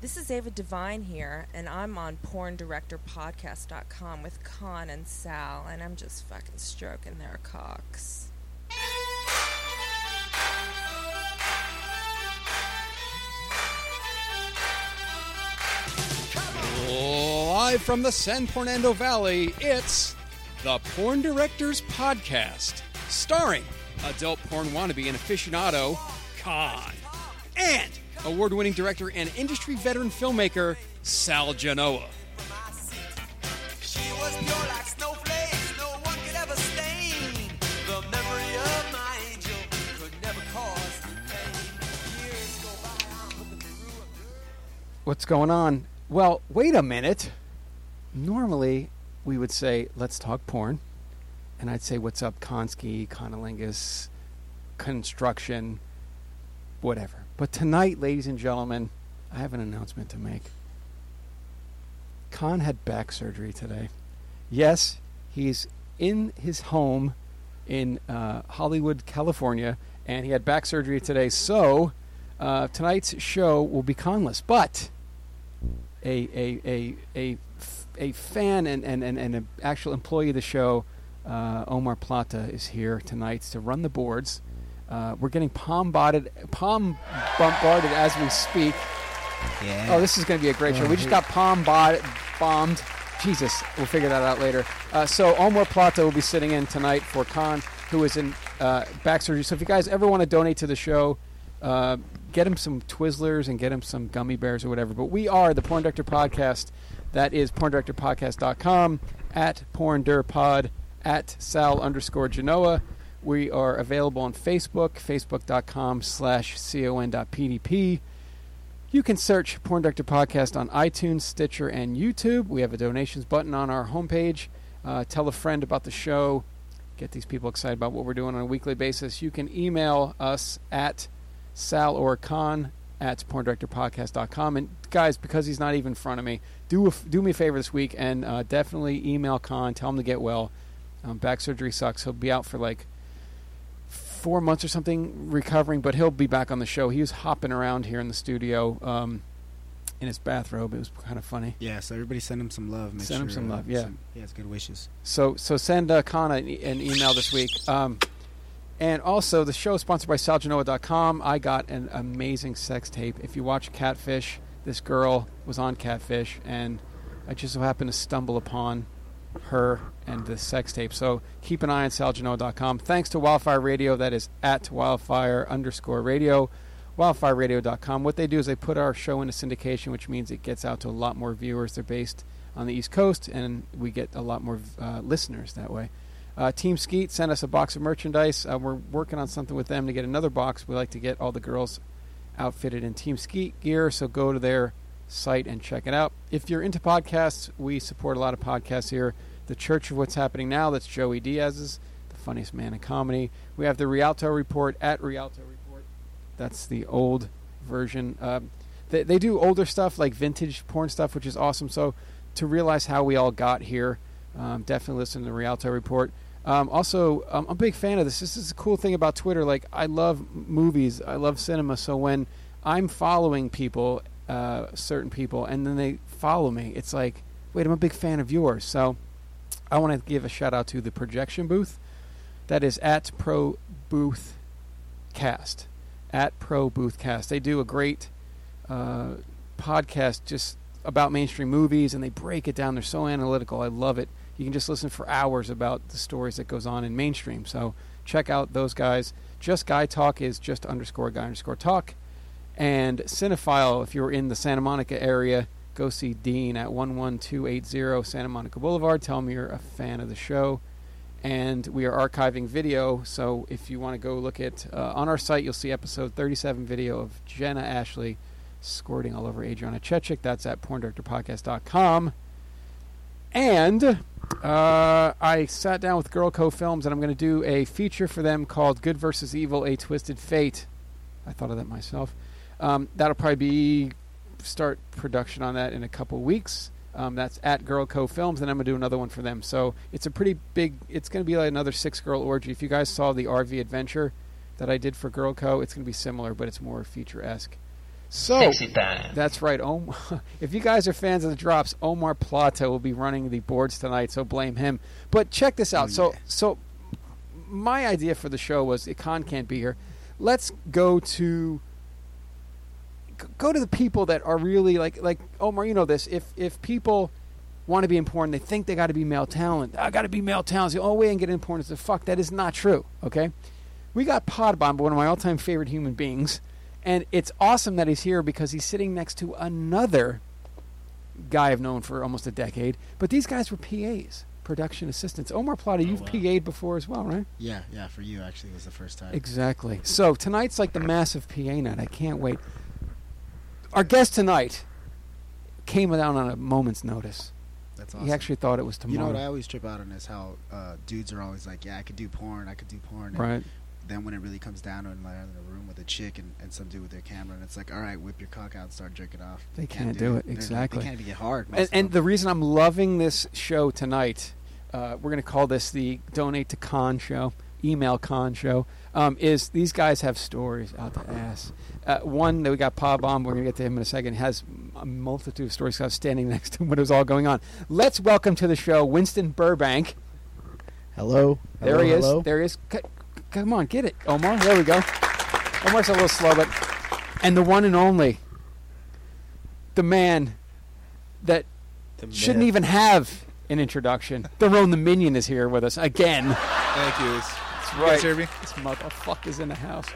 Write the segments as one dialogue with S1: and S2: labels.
S1: This is Ava Devine here, and I'm on PornDirectorPodcast.com with Con and Sal, and I'm just fucking stroking their cocks.
S2: Live from the San Fernando Valley, it's the Porn Directors Podcast, starring adult porn wannabe and aficionado, Khan, and award winning director and industry veteran filmmaker, Sal Genoa.
S3: She was pure like snowflakes, no one could ever stain. The memory of my angel could never cause me pain. Years go by, I'm looking for ruin.
S4: What's going on? Well, wait a minute. Normally, we would say, let's talk porn. And I'd say, what's up, Konski, Conolingus, construction, whatever. But tonight, ladies and gentlemen, I have an announcement to make. Khan had back surgery today. Yes, he's in his home in uh, Hollywood, California, and he had back surgery today. So uh, tonight's show will be Khanless. But a a a a, f- a fan and and and, and an actual employee of the show, uh, Omar Plata is here tonight to run the boards. Uh, we're getting palm botted, palm bombarded as we speak.
S5: Yeah.
S4: Oh, this is going to be a great show. We just got palm bod- bombed. Jesus, we'll figure that out later. Uh, so Omar Plata will be sitting in tonight for Khan, who is in uh, back surgery. So if you guys ever want to donate to the show, uh, get him some Twizzlers and get him some gummy bears or whatever. But we are the Porn Director Podcast. That is porndirectorpodcast.com, at porndirpod, at sal underscore genoa. We are available on Facebook, facebook.com slash con.pdp. You can search Porn Director Podcast on iTunes, Stitcher, and YouTube. We have a donations button on our homepage. Uh, tell a friend about the show. Get these people excited about what we're doing on a weekly basis. You can email us at sal or con at porndirectorpodcast.com. And guys, because he's not even in front of me, do, a f do me a favor this week and uh, definitely email Con. Tell him to get well. Um, back surgery sucks. He'll be out for like four months or something recovering, but he'll be back on the show. He was hopping around here in the studio um, in his bathrobe. It was kind of funny.
S5: Yeah, so everybody send him some love. Make
S4: Send him
S5: sure,
S4: some
S5: uh,
S4: love, yeah.
S5: he has good wishes.
S4: So so send uh, Kana an, e- an email this week. Um, and also, the show is sponsored by salgenoa.com. I got an amazing sex tape. If you watch Catfish, this girl was on Catfish, and I just so happened to stumble upon her and the sex tape. So keep an eye on salgenoa.com. Thanks to Wildfire Radio, that is at wildfire underscore radio, wildfireradio.com. What they do is they put our show into syndication, which means it gets out to a lot more viewers. They're based on the East Coast, and we get a lot more uh, listeners that way. Uh, Team Skeet sent us a box of merchandise. Uh, we're working on something with them to get another box. We like to get all the girls outfitted in Team Skeet gear, so go to their site and check it out. If you're into podcasts, we support a lot of podcasts here. The Church of What's Happening Now, that's Joey Diaz's, the funniest man in comedy. We have the Rialto Report at Rialto Report. That's the old version. Um, they, they do older stuff like vintage porn stuff, which is awesome. So to realize how we all got here, um, definitely listen to the Rialto Report. Um, also, um, I'm a big fan of this. This is the cool thing about Twitter. Like, I love m- movies, I love cinema. So when I'm following people, uh, certain people, and then they follow me, it's like, wait, I'm a big fan of yours. So I want to give a shout out to the projection booth. That is at Pro Booth Cast. At Pro Booth Cast. They do a great uh, podcast just about mainstream movies and they break it down. They're so analytical. I love it. You can just listen for hours about the stories that goes on in mainstream. So check out those guys. Just Guy Talk is just underscore guy underscore talk. And Cinephile, if you're in the Santa Monica area, go see Dean at 11280 Santa Monica Boulevard. Tell him you're a fan of the show. And we are archiving video, so if you want to go look at uh, on our site, you'll see episode 37 video of Jenna Ashley squirting all over Adriana Chechik. That's at porndirectorpodcast.com. And uh, I sat down with Girl Co Films, and I'm going to do a feature for them called "Good versus Evil: A Twisted Fate." I thought of that myself. Um, that'll probably be start production on that in a couple weeks. Um, that's at Girl Co Films, and I'm gonna do another one for them. So it's a pretty big. It's gonna be like another six girl orgy. If you guys saw the RV adventure that I did for Girl Co, it's gonna be similar, but it's more feature esque. So
S6: Pixie time.
S4: that's right. Om- if you guys are fans of the drops, Omar Plata will be running the boards tonight, so blame him. But check this out. so so my idea for the show was Khan can't be here. Let's go to g- go to the people that are really like like Omar. You know this. If if people want to be in porn, they think they got to be male talent. I got to be male talent. "Oh, It's The only way I can get in porn is to fuck. That is not true. Okay. We got Podbomb, one of my all-time favorite human beings, and it's awesome that he's here because he's sitting next to another guy I've known for almost a decade. But these guys were PAs, production assistants. Omar
S5: Oh,
S4: Plata, you've PA'd before as well, right?
S5: Yeah, yeah. For you, actually, was the first time.
S4: Exactly. So tonight's like the massive PA night. I can't wait. Our guest tonight came down on a moment's notice.
S5: That's awesome.
S4: He actually thought it was
S5: you
S4: tomorrow.
S5: know what I always trip out on is how uh, dudes are always like, "Yeah, I could do porn. I could do porn." and
S4: right?
S5: Then when it really comes down to it, like I'm in a room with a chick and, and some dude with their camera, and it's like, "All right, whip your cock out and start jerking off."
S4: They can't do it.
S5: They're-
S4: Exactly.
S5: They can't even get hard. most
S4: And,
S5: of
S4: and
S5: them.
S4: the reason I'm loving this show tonight, uh, we're going to call this the Donate to Con Show, Email Con Show, um, is these guys have stories out the ass. Uh, one that we got Pa Bomb, we're going to get to him in a second, has a multitude of stories. 'cause I was standing next to him when it was all going on. Let's welcome to the show Winston Burbank.
S7: Hello.
S4: There
S7: Hello,
S4: he is.
S7: hello.
S4: There he is. C- c- come on, get it, Omar. There we go. Omar's a little slow, but and the one and only, the man that
S7: The
S4: shouldn't
S7: myth.
S4: even have an introduction. The Roan the Minion is here with us again.
S8: Thank you. It's,
S4: That's
S8: right. Jeremy.
S4: This motherfucker's in the house.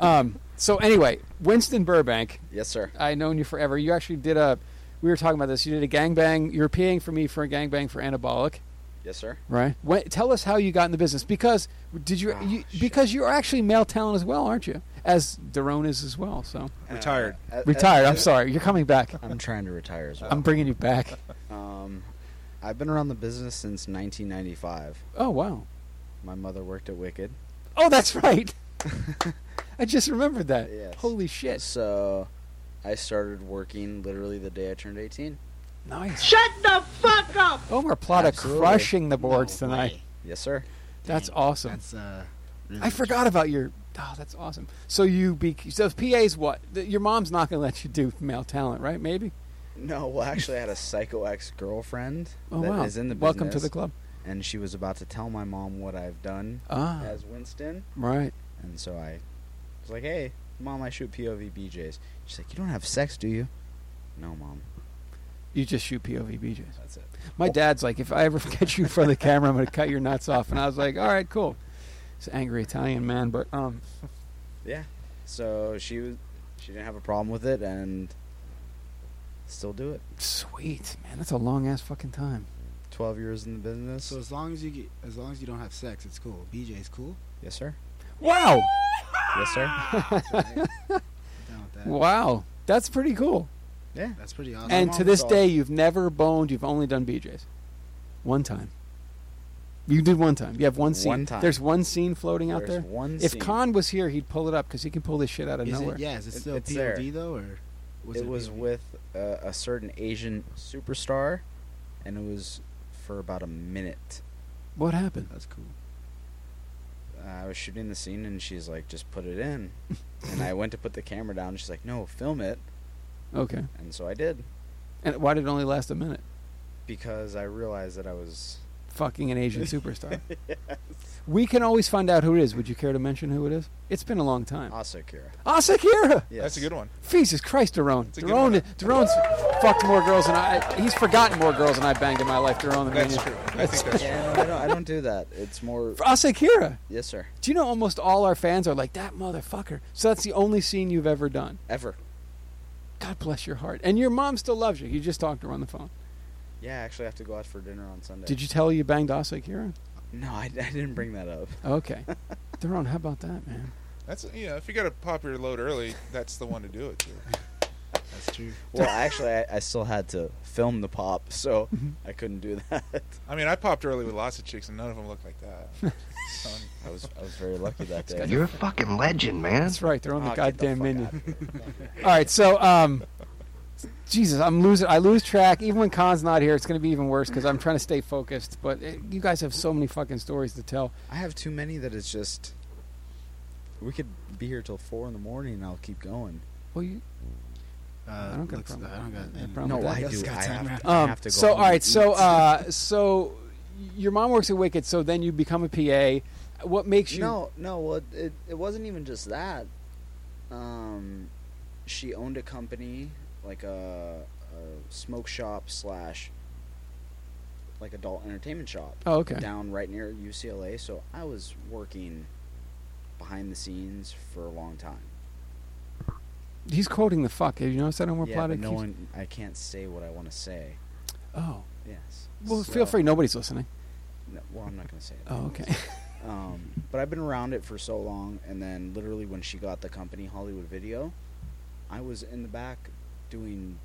S4: Um, so anyway, Winston Burbank,
S7: Yes, sir.
S4: I've known you forever. You actually did a. We were talking about this. You did a gangbang. You were paying for me for a gangbang for anabolic.
S7: Yes, sir.
S4: Right. When, tell us how you got in the business because did you, you
S8: Oh,
S4: because you're actually male talent as well, aren't you? As Daron is as well. So
S8: Retired.
S7: Uh, uh,
S4: retired. I'm sorry. You're coming back.
S7: I'm trying to retire as well.
S4: I'm bringing you back.
S7: um, I've been around the business since 1995.
S4: Oh wow.
S7: My mother worked at Wicked,
S4: Oh, that's right. I just remembered that.
S7: Yes.
S4: Holy shit.
S7: so I started working literally the day I turned 18.
S4: Nice. Shut the fuck up. Omar Plata
S7: Absolutely.
S4: crushing the boards tonight.
S7: Yes, sir.
S4: That's awesome.
S5: that's uh, really
S4: I forgot about your. Oh, that's awesome. So you be so PA's what? The- Your mom's not going to let you do male talent, right? Maybe.
S7: No, well, actually, I had a psycho ex girlfriend
S4: Oh
S7: that
S4: wow.
S7: is in the business.
S4: Welcome to the club.
S7: And she was about to tell my mom what I've done
S4: Ah.
S7: as Winston.
S4: Right.
S7: And so I was like, hey, mom, I shoot POV BJs. She's like, you don't have sex, do you? No, mom.
S4: You just shoot POV BJs.
S7: That's it.
S4: My dad's like, if I ever catch you in front of the camera, I'm going to cut your nuts off. And I was like, all right, cool. It's an angry Italian man, but um,
S7: Yeah. So she was, she didn't have a problem with it and still do it.
S4: sweet man, that's a long ass fucking time.
S7: Twelve years in the business.
S5: So as long as you get, as long as you don't have sex, it's cool. BJ's cool.
S7: yes, sir.
S4: Wow,
S7: Yes, sir.
S5: Down with that.
S4: wow, that's pretty cool.
S7: Yeah.
S5: That's pretty awesome.
S4: And
S7: mom
S4: to this
S7: saw-
S4: day, you've never boned. You've only done BJ's, one time. You did one time. You have one scene.
S7: One time.
S4: There's one scene floating out
S7: There's
S4: there.
S7: one
S4: If
S7: scene.
S4: Khan was here, he'd pull it up because he can pull this shit out of
S5: is
S4: nowhere.
S5: it, yeah, is it
S7: It-
S5: still
S7: it's
S5: POV
S7: there.
S5: though, or was
S7: it,
S5: it,
S7: was
S5: POV?
S7: with uh, a certain Asian superstar, and it was for about a minute.
S4: What happened?
S5: That's cool.
S7: Uh, I was shooting the scene, and she's like, "Just put it in." and I went to put the camera down. And she's like, "No, film it."
S4: Okay.
S7: And so I did
S4: And why did it only last a minute?
S7: because I realized that I was.
S4: fucking an Asian superstar. We can always find out who it is. Would you care to mention who it is? It's been a long time.
S7: Uh,
S4: Ah,
S7: Asakura.
S4: Asakura!
S7: Yes.
S8: That's a good one.
S4: Jesus Christ, Daron.
S8: a good one.
S4: Daron, Daron's fucked more girls than I. He's forgotten more girls than I banged in my life, Daron.
S8: That's true. I think that's true.
S7: Yeah, no, I don't, I don't do that. It's more.
S4: For Asakura!
S7: Yes, sir.
S4: Do you know almost all our fans are like, that motherfucker? So that's the only scene you've ever done.
S7: Ever.
S4: God bless your heart. And your mom still loves you. You just talked to her on the phone.
S7: Yeah, I actually have to go out for dinner on Sunday.
S4: Did you tell her you banged Asakura?
S7: No, I, I didn't bring that up.
S4: Okay. Daron, how about that, man?
S8: That's you know, if you got to pop your load early, that's the one to do it to.
S5: That's true.
S7: Well, actually, I, I still had to film the pop, so I couldn't do that.
S8: I mean, I popped early with lots of chicks, and none of them looked like that. So,
S7: I was I was very lucky that day.
S9: You're a fucking legend, man.
S4: That's right. They're on the
S7: Oh, get the
S4: goddamn
S7: fuck
S4: menu.
S7: out of
S4: All right, so um, Jesus, I'm losing. I lose track. Even when Khan's not here, it's going to be even worse because I'm trying to stay focused. But eh, you guys have so many fucking stories to tell.
S7: I have too many that it's just. We could be here till four in the morning, and I'll keep going.
S4: Well, you,
S5: Uh,
S4: I don't got a
S5: looks-
S4: problem.
S5: I don't got
S4: I have a
S5: any-
S4: problem
S7: No,
S4: with
S7: I
S5: That's
S7: do. I
S5: got time
S7: have,
S5: wrapped.
S7: to, I have to go.
S4: um, so
S7: home
S4: all right,
S7: and
S4: so
S7: eat.
S4: uh, so your mom works at Wicked, so then you become a PA. What makes you?
S7: no, no. Well, it it wasn't even just that. Um, she owned a company like a, a smoke shop slash like adult entertainment shop
S4: Oh, okay.
S7: down right near UCLA. So I was working behind the scenes for a long time.
S4: He's quoting the fuck. Have you noticed that on more
S7: yeah,
S4: plot?
S7: but
S4: It
S7: no
S4: keeps-
S7: one. I can't say what I want to say.
S4: Oh,
S7: Yes.
S4: well, feel
S7: So-
S4: free. Nobody's listening.
S7: No, well, I'm not gonna say it.
S4: Oh, okay.
S7: Um, but I've been around it for so long, and then literally when she got the company Hollywood Video, I was in the back doing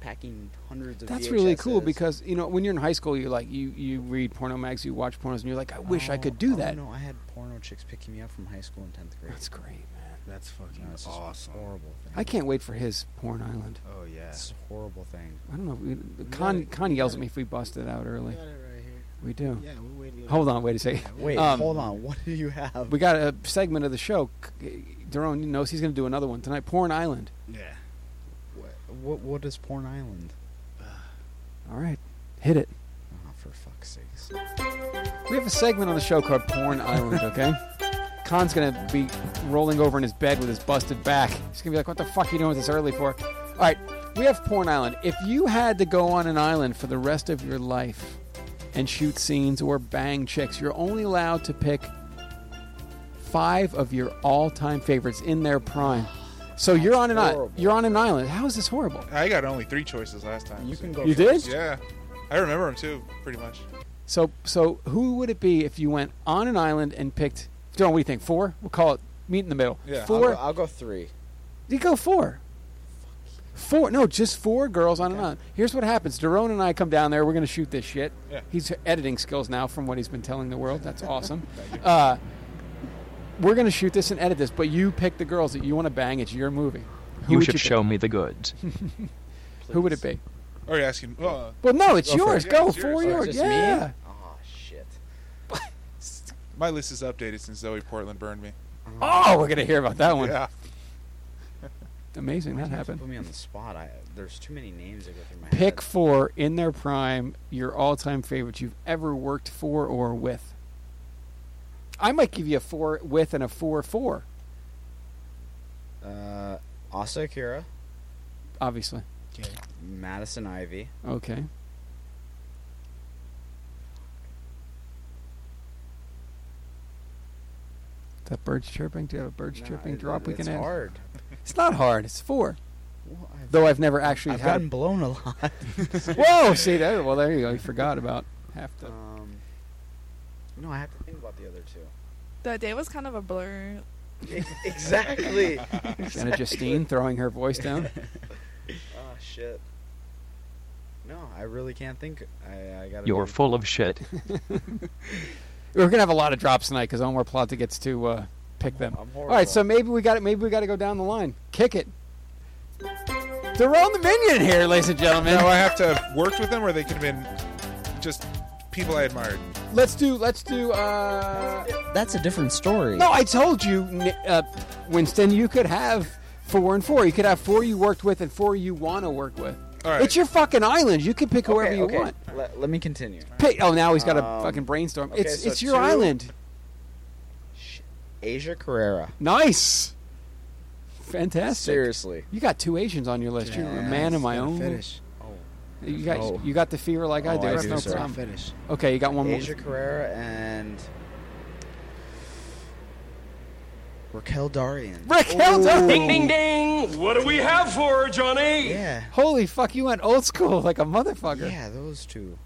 S7: packing hundreds of.
S4: That's really cool
S7: VHSs.
S4: because you know when you're in high school, you like you you read porno mags, you watch pornos, and you're like, I wish I
S7: Oh,
S4: could do
S7: oh,
S4: that.
S7: No, I had porno chicks picking me up from high school in tenth grade.
S4: That's great, man.
S5: That's fucking
S7: No, it's just
S5: awesome.
S7: Horrible thing.
S4: I can't wait for his porn island.
S5: Oh yeah.
S7: It's a horrible thing.
S4: I don't know. We, Con Con yells at me if we bust it out
S5: Got
S4: early.
S5: it right here.
S4: We do.
S5: Yeah, we'll wait a little.
S4: Hold on, wait a second.
S5: Yeah, we'll
S7: Wait,
S4: Um,
S7: hold on. What do you have?
S4: We got a segment of the show. Daron knows he's going to do another one tonight. Porn Island.
S5: Yeah.
S7: Wh- what What is Porn Island?
S4: All right, hit it.
S7: Oh, for fuck's sakes!
S4: We have a segment on the show called Porn Island. Okay, Khan's going to be rolling over in his bed with his busted back. He's going to be like, "What the fuck are you doing this early for?" All right, we have Porn Island. If you had to go on an island for the rest of your life and shoot scenes or bang chicks, you're only allowed to pick five of your all-time favorites in their prime. So you're on an island.
S7: horrible.
S4: You're on an island. How is this horrible?
S8: I got only three choices last time.
S7: You
S8: so-
S7: can go.
S4: You
S7: first.
S4: did?
S8: Yeah, I remember them too, pretty much.
S4: So, so who would it be if you went on an island and picked? Don't what do you think? Four? We'll call it meet in the middle.
S8: Yeah, I'll
S7: I'll
S4: four.
S7: go, I'll go three.
S4: you go four. Four? No, just four girls on an island. Here's what happens: Daron and I come down there. We're going to shoot this shit.
S8: Yeah.
S4: He's editing skills now from what he's been telling the world. That's awesome. uh, we're going to shoot this and edit this, but you pick the girls that you want to bang. It's your movie. Who
S10: you
S4: would
S10: should
S4: pick?
S10: show me the goods.
S4: Who would it
S7: please.
S4: be?
S8: Or you asking? Oh,
S4: Well, no, it's
S7: Go for
S4: yours.
S8: it. Yeah,
S4: Go
S8: it's
S4: four
S8: yours.
S7: Oh,
S4: yours.
S7: it's just me?
S4: yeah.
S7: Oh shit.
S8: my list is updated since Zoe Portland burned me.
S4: Oh, we're going to hear about that one.
S8: Yeah,
S4: Amazing that
S7: You have to
S4: happened.
S7: Put me on the spot. I, there's too many names that go through my head.
S4: Pick four in their prime, your all time favorites you've ever worked for or with. I might give you a four with and a four four,
S7: Uh, Asa Akira,
S4: obviously.
S5: Okay.
S7: Madison Ivy,
S4: Okay. That bird's chirping? Do you have a bird's
S7: Nah,
S4: chirping
S7: it-
S4: drop
S7: it-
S4: we can
S7: it's
S4: add?
S7: hard.
S4: It's not hard. It's four.
S7: Well, I've,
S4: Though I've never actually
S7: I've
S4: had.
S7: gotten blown a lot.
S4: a- Whoa! See there. Well, there you go. You forgot about half the.
S7: um, no, I have to think about the other two.
S11: The day was kind of a blur.
S7: exactly. Ah,
S4: Jenna Justine throwing her voice down.
S7: oh shit. No, I really can't think. I, I gotta.
S10: You're
S7: think.
S10: full of shit.
S4: We're gonna have a lot of drops tonight because Omar Plata gets to uh, pick them.
S7: I'm
S4: All right, so
S7: horrible.
S4: maybe we got it. Maybe we got to go down the line. Kick it. They're on the minion here, ladies and gentlemen.
S8: now I have to have worked with them, or they could have been just people I admired.
S4: Let's do. Let's do. Uh...
S3: That's a different story.
S4: No, I told you, Ni- uh, Winston. You could have four and four. You could have four you worked with and four you want to work with.
S8: All right.
S4: It's your fucking island. You can pick whoever
S7: okay,
S4: you
S7: okay.
S4: want.
S7: Let, let me continue.
S4: Pick. Oh, now he's got a
S7: Um,
S4: fucking brainstorm.
S7: okay,
S4: it's
S7: so
S4: it's your
S7: two-
S4: island.
S7: Asia Carrera.
S4: Nice. Fantastic.
S7: Seriously.
S4: You got two Asians on your list. You're a
S5: Yeah,
S4: man of
S5: it's
S4: my
S5: gotta
S4: own.
S5: Finish.
S4: You got
S7: Oh.
S4: you got the fever like I
S7: Oh,
S4: do.
S7: I
S4: That's
S7: do,
S4: no
S7: sir.
S5: Gotta
S4: problem.
S5: Finish.
S4: Okay, you got one more.
S7: Asia Carrera and Raquel Darian.
S4: Raquel
S10: Ding,
S4: Darian.
S10: ding,
S3: ding! What do we have for her, Johnny?
S7: Yeah.
S4: Holy fuck, you went old school like a motherfucker.
S7: Yeah, those two.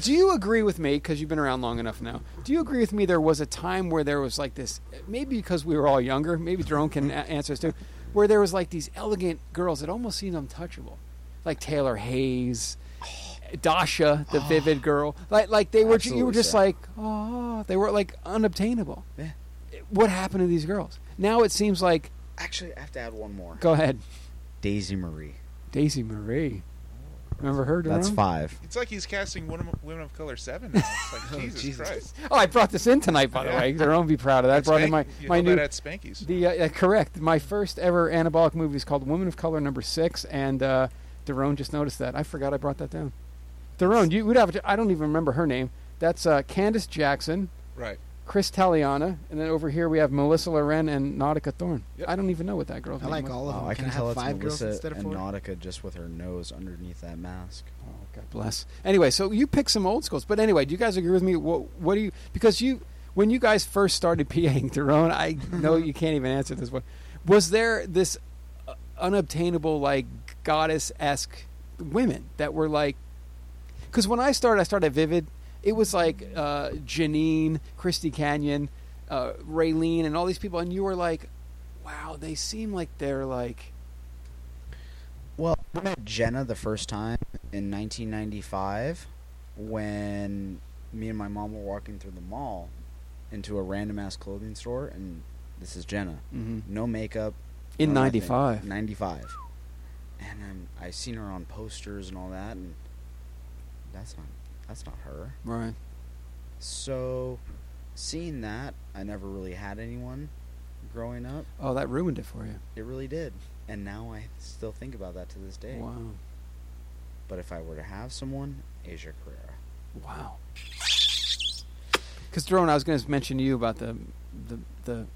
S4: Do you agree with me? Because you've been around long enough now. Do you agree with me? There was a time where there was like this. Maybe because we were all younger. Maybe Drone can a- answer this too. Where there was like these elegant girls that almost seemed untouchable, like Taylor Hayes, Dasha, the
S8: Oh.
S4: vivid girl. Like like they were. You were
S7: Absolutely,
S4: just
S7: sir.
S4: like oh, they were like unobtainable.
S7: Yeah.
S4: What happened to these girls? Now it seems like
S7: Actually, I have to add one more.
S4: go ahead.
S7: Daisy Marie.
S4: Daisy Marie. Remember her?
S7: That's
S4: Jerome?
S7: five.
S8: It's like he's casting women of, women of color seven. Now. It's like
S5: Oh,
S8: Jesus,
S5: Jesus.
S8: Christ.
S4: Oh, I brought this in tonight, by the
S8: Yeah.
S4: way. Jerome, be proud of that. I
S8: At
S4: brought in
S8: Spank-
S4: my
S8: you
S4: my
S8: know
S4: new
S8: that at Spanky's.
S4: the uh, uh, correct. My first ever anabolic movie is called Woman of Color Number Six, and uh, Daron just noticed that. I forgot I brought that down. Daron, you would have. To, I don't even remember her name. That's uh, Candace Jackson,
S8: Right.
S4: Chris Taliana, and then over here we have Melissa Loren and Nautica Thorne.
S8: Yep.
S4: I don't even know what that girl's
S5: I
S4: name
S5: like
S4: was.
S5: all of them.
S7: Wow, Oh, I
S5: can,
S7: can,
S5: I
S7: tell
S5: have
S7: it's
S5: five girls
S7: Melissa
S5: instead of
S7: and
S5: four?
S7: Nautica just with her nose underneath that mask.
S4: Oh, God bless. Anyway, so you pick some old schools, but anyway, do you guys agree with me? What, what do you? Because you, when you guys first started PAing Tyrone, I know you can't even answer this one. Was there this uh, unobtainable like goddess esque women that were like? Because when I started, I started at Vivid. It was like uh, Janine, Christy Canyon, uh, Raylene, and all these people, and you were like, "Wow, they seem like they're like."
S7: Well, I met Jenna the first time in 1995 when me and my mom were walking through the mall into a random ass clothing store, and this is Jenna.
S4: Mm-hmm.
S7: No makeup.
S4: In
S7: no nothing.
S4: '95.
S7: 95. And um, i seen her on posters and all that, and that's not, that's not her.
S4: Right.
S7: So, seeing that, I never really had anyone growing up.
S4: Oh, that ruined it for you.
S7: It really did. And now I still think about that to this day.
S4: Wow.
S7: But if I were to have someone, Asia Carrera.
S4: Wow. Because Drone, I was going to mention to you about the the the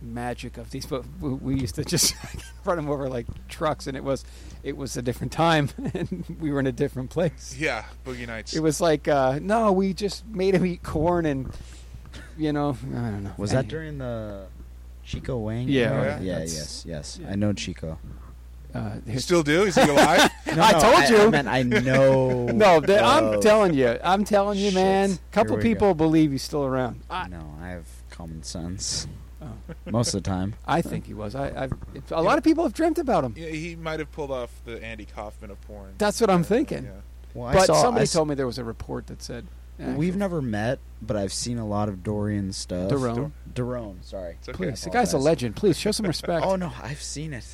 S4: magic of these, but we- we used to just run them over like trucks, and it was it was a different time, and we were in a different place.
S8: Yeah, Boogie Nights.
S4: It was like uh, no, we just made him eat corn, and you know, I don't know.
S7: Was
S4: Anyway,
S7: that during the Chico Wang?
S4: Yeah.
S7: era?
S8: Yeah.
S7: yeah,
S4: That's-
S7: yes, yes.
S4: yeah.
S7: I know Chico.
S4: Uh,
S8: You
S4: here's-
S8: still do? Is he alive?
S7: No,
S4: I
S7: no,
S4: told you.
S7: I, meant I know.
S4: no, th- I'm
S7: of-
S4: telling you, I'm telling you,
S7: Shit.
S4: man.
S7: Here
S4: Couple
S7: we go.
S4: people believe he's still around. I,
S7: No, I have common sense.
S4: Oh.
S7: Most of the time.
S4: I think he was. I, I've, it's- a lot of people have dreamt about him.
S8: Yeah, he might have pulled off the Andy Kaufman of porn.
S4: That's what I'm thinking.
S8: Yeah.
S7: Well, I
S4: but
S7: saw,
S4: somebody
S7: I
S4: told me there was a report that said
S7: s- We've never met, but I've seen a lot of Dorian stuff.
S4: Daron.
S7: Daron, sorry.
S8: It's okay.
S4: Please, the
S7: I
S4: guy's a
S7: apologize.
S4: legend. Please show some respect.
S7: Oh, no, I've seen it.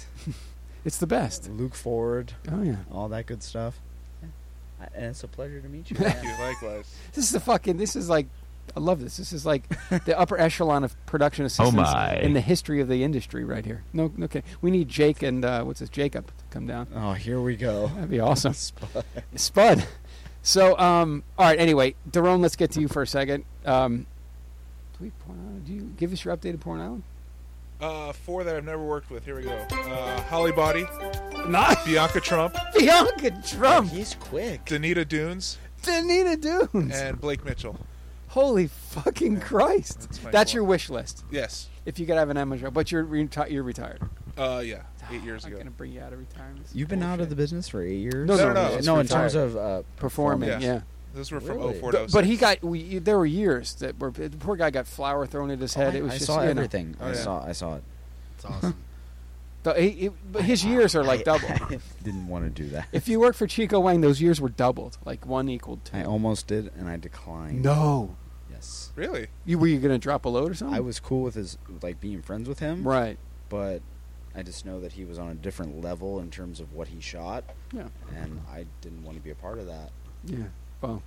S4: It's the best.
S7: Luke Ford,
S4: Oh yeah,
S7: all that good stuff. I- And it's a pleasure to meet you.
S8: Thank you. Likewise.
S4: this is the fucking. This is like, I love this. This is like the upper echelon of production assistants
S7: my.
S4: in the history of the industry, right here. No, okay. We need Jake and uh, what's his Jacob to come down.
S7: oh, here we go.
S4: That'd be awesome. Spud. So, um, all right. Anyway, Daron, let's get to you for a second. Um, do we porn island? Do you give us your updated porn island?
S8: Uh, four that I've never worked with. Here we go. Uh, Holly Body,
S4: Not
S8: Bianca Trump,
S4: Bianca Trump,
S7: He's quick.
S8: Danita Dunes,
S4: Danita Dunes.
S8: and Blake Mitchell.
S4: Holy fucking Christ! That's,
S8: That's my goal.
S4: your wish list.
S8: Yes.
S4: If you could have an Emma job, but you're reti- you're retired.
S8: Uh, yeah. Eight years
S4: I'm
S8: ago.
S4: gonna bring you out of retirement.
S7: You've been out of the business for eight years?
S4: No,
S8: No,
S4: no,
S8: no,
S4: no.
S8: no.
S4: it's
S7: No, in
S4: retired.
S7: terms of uh,
S4: performing.
S8: Yes.
S4: Yeah,
S8: Those were from
S7: Really?
S8: 04
S4: Th- but he got. We, there were years that were. The poor guy got flour thrown at his
S7: Oh, I,
S4: head. it was
S7: I
S4: just
S7: saw
S4: you know,
S7: everything.
S8: Oh,
S7: I
S8: yeah.
S7: saw. I saw it.
S5: It's awesome.
S4: the- he- he- but his years are like double.
S7: I didn't want to do that.
S4: if you work for Chico Wang, those years were doubled. Like one equaled two.
S7: I almost did, and I declined.
S4: no,
S7: Yes.
S8: Really?
S4: you were you gonna drop a load or something?
S7: I was cool with his like being friends with him,
S4: right.
S7: but I just know that he was on a different level in terms of what he shot,
S4: Yeah.
S7: and I didn't want to be a part of that.
S4: Yeah. Well,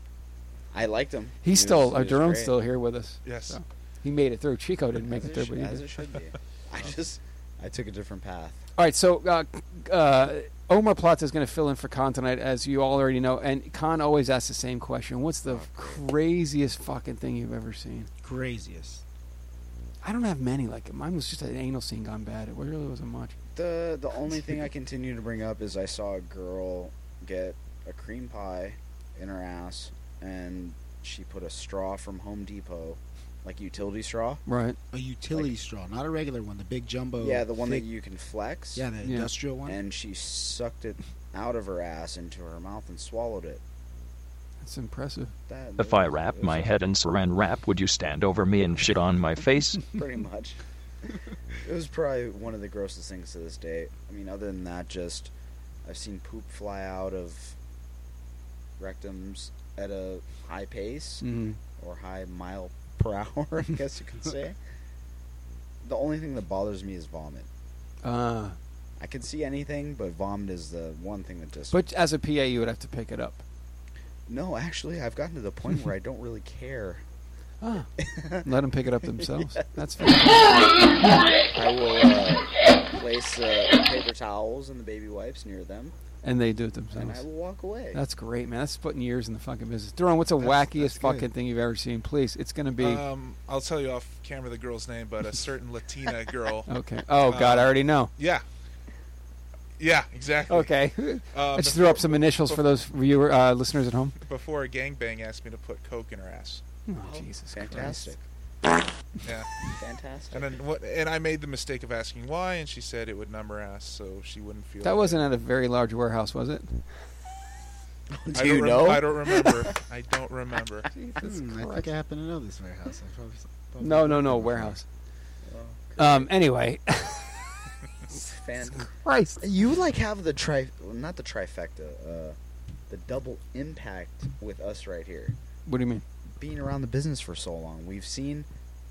S7: I liked him. He
S4: he's
S7: was-
S4: still.
S7: he
S4: Uh,
S7: was
S4: Jerome's
S7: great.
S4: still here with us.
S8: Yes.
S4: So, he made it through. Chico didn't make
S7: As
S4: it through,
S7: should-
S4: but he
S7: as
S4: did.
S7: it should be. I just I took a different path.
S4: All right, so uh, uh, Omar Plaza is going to fill in for Khan tonight, as you all already know. And Khan always asks the same question: What's the craziest fucking thing you've ever seen?
S5: Craziest.
S4: I don't have many like it. Mine was just an anal scene gone bad. It really wasn't much.
S7: The the only thing I continue to bring up is I saw a girl get a cream pie in her ass and she put a straw from Home Depot, like utility straw.
S4: Right.
S5: A utility straw, not a regular one. The big jumbo.
S7: yeah, the one
S5: Oh, thick-
S7: that you can flex.
S5: Yeah, the
S4: Yeah.
S5: industrial one.
S7: And she sucked it out of her ass into her mouth and swallowed it.
S4: That's impressive.
S7: That,
S10: If I wrap my head in saran wrap, would you stand over me and shit on my face?
S7: pretty much. it was probably one of the grossest things to this day. I mean, other than that, just I've seen poop fly out of rectums at a high pace
S4: Mm-hmm.
S7: or high mile per hour, I guess you could say. the only thing that bothers me is vomit.
S4: Uh,
S7: I can see anything, but vomit is the one thing that just.
S4: But as a PA, you would have to pick it up.
S7: no, actually, I've gotten to the point where I don't really care.
S4: Ah, let them pick it up themselves. That's fair.
S7: I will uh, place uh, paper towels and the baby wipes near them,
S4: and they do it
S7: and I
S4: themselves.
S7: will walk away.
S4: That's great, man. That's putting years in the fucking business. Duran, what's the
S8: That's-
S4: wackiest
S8: that's good.
S4: fucking thing you've ever seen? Please, it's gonna be
S8: Um, I'll tell you off camera the girl's name, but a certain Latina girl.
S4: okay. Oh God, I already know.
S8: Yeah. Yeah, exactly.
S4: Okay,
S8: Uh,
S4: I just threw up some initials for those viewer uh, listeners at home.
S8: Before a gangbang asked me to put coke in her ass.
S4: Oh, Jesus
S7: fantastic,
S8: Yeah.
S7: fantastic.
S8: And then what? And I made the mistake of asking why, and she said it would numb her ass, so she wouldn't feel.
S4: Christ. That
S8: bad.
S4: wasn't at a very large warehouse, was it?
S8: I
S7: you
S8: don't rem-
S7: know?
S8: I don't remember. I don't remember.
S5: Hmm, I think I happen to know this warehouse. I probably, probably
S4: No, no, no, warehouse. Um. Anyway,
S7: Fan-
S4: Christ.
S7: you like have the tri, well, not the trifecta, uh, the double impact with us right here.
S4: What do you mean?
S7: Being around the business for so long, we've seen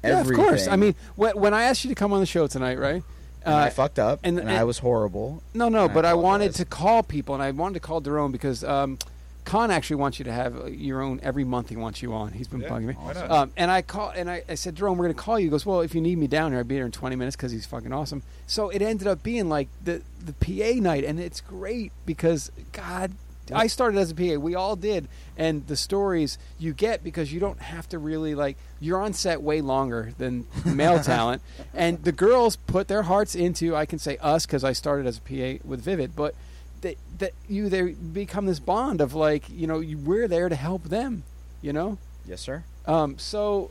S4: Yeah,
S7: everything.
S4: of course. I mean, when, when I asked you to come on the show tonight, right?
S7: And I fucked up,
S4: and-
S7: and, I
S4: and-
S7: was horrible.
S4: No, no,
S7: I
S4: but I wanted
S7: apologize.
S4: to call people, and I wanted to call Daron because um, Khan actually wants you to have uh, your own every month. He wants you on. He's been
S8: Yeah,
S4: bugging me.
S8: why not?
S4: Um, and I call and I, I said, Daron, we're going to call you. He goes, well, if you need me down here, I'll be here in 20 minutes because he's fucking awesome. So it ended up being like the the PA night, and it's great because God. I started as a PA. We all did, and the stories you get because you don't have to really like. You're on set way longer than male talent, and the girls put their hearts into. I can say us because I started as a PA with Vivid, but that that you they become this bond of like you know you, we're there to help them, you know.
S7: Yes, sir.
S4: Um, so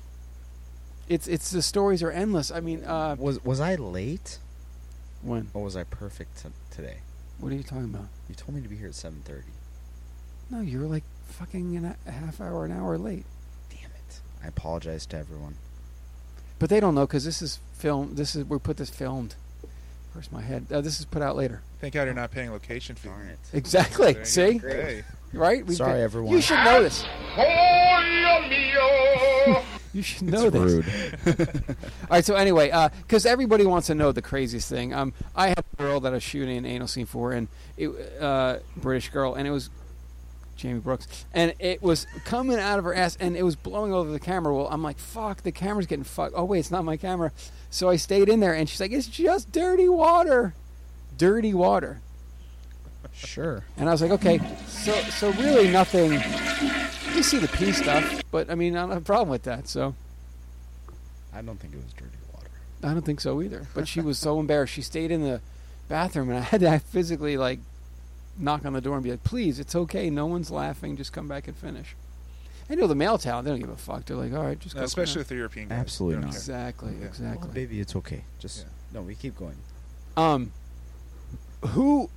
S4: it's it's the stories are endless. I mean, uh,
S7: Was was I late
S4: when?
S7: or was I perfect t- today?
S4: What are you talking about?
S7: You told me to be here at seven thirty.
S4: No, you were like fucking an, a half hour, an hour late.
S7: Damn it! I apologize to everyone.
S4: But they don't know because this is film. This is we put this filmed. Where's my head? Uh, this is put out later.
S8: Thank God you're not paying location fee.
S7: Darn it!
S4: Exactly.
S8: There you
S4: See,
S8: go. Hey.
S4: right?
S7: Sorry,
S4: did-
S7: everyone.
S4: You should know this. you should know this.
S7: Rude.
S4: All right. So anyway, because everybody wants to know the craziest thing. Um, I had a girl that I was shooting an anal scene for, and it uh, British girl, and it was Jamie Brooks, and it was coming out of her ass, and it was blowing over the camera. Well, I'm like, fuck, the camera's getting fucked. Oh wait, it's not my camera. So I stayed in there, and she's like, it's just dirty water, dirty water.
S7: sure.
S4: And I was like, okay, so so really nothing. You see the pee stuff, but I mean, I don't have a problem with that. So
S7: I don't think it was dirty water.
S4: I don't think so either. But she was so embarrassed. She stayed in the bathroom, and I had to physically like knock on the door and be like, please, it's okay. No one's laughing. Just come back and finish. I know the male talent; they don't give a fuck. They're like, all right, just
S8: No,
S4: go.
S8: especially
S4: clean
S8: with the European guys.
S7: Absolutely
S8: They don't
S4: up."
S7: not.
S8: care.
S4: exactly,
S8: Yeah.
S4: exactly.
S7: Oh, baby, it's okay. Just
S8: Yeah.
S7: no. We keep going.
S4: Um, who,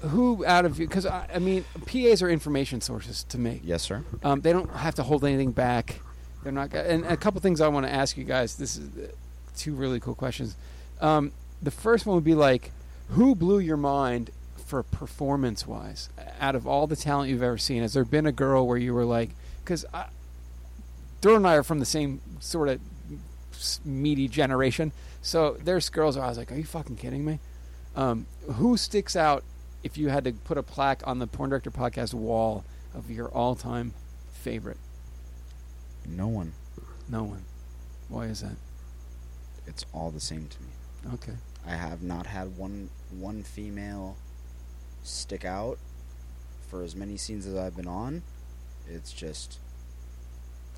S4: who out of you? Because I, I mean, PAs are information sources to me.
S7: Yes, sir.
S4: Um, they don't have to hold anything back. They're not. And a couple things I want to ask you guys. This is uh, two really cool questions. Um, the first one would be like, who blew your mind for performance-wise? Out of all the talent you've ever seen, has there been a girl where you were like, because Dora and I are from the same sort of meaty generation, so there's girls where I was like, are you fucking kidding me? Um, who sticks out if you had to put a plaque on the Porn Director Podcast wall of your all-time favorite?
S7: No one.
S4: No one. Why is that?
S7: It's all the same to me.
S4: Okay.
S7: I have not had one one female stick out for as many scenes as I've been on. It's just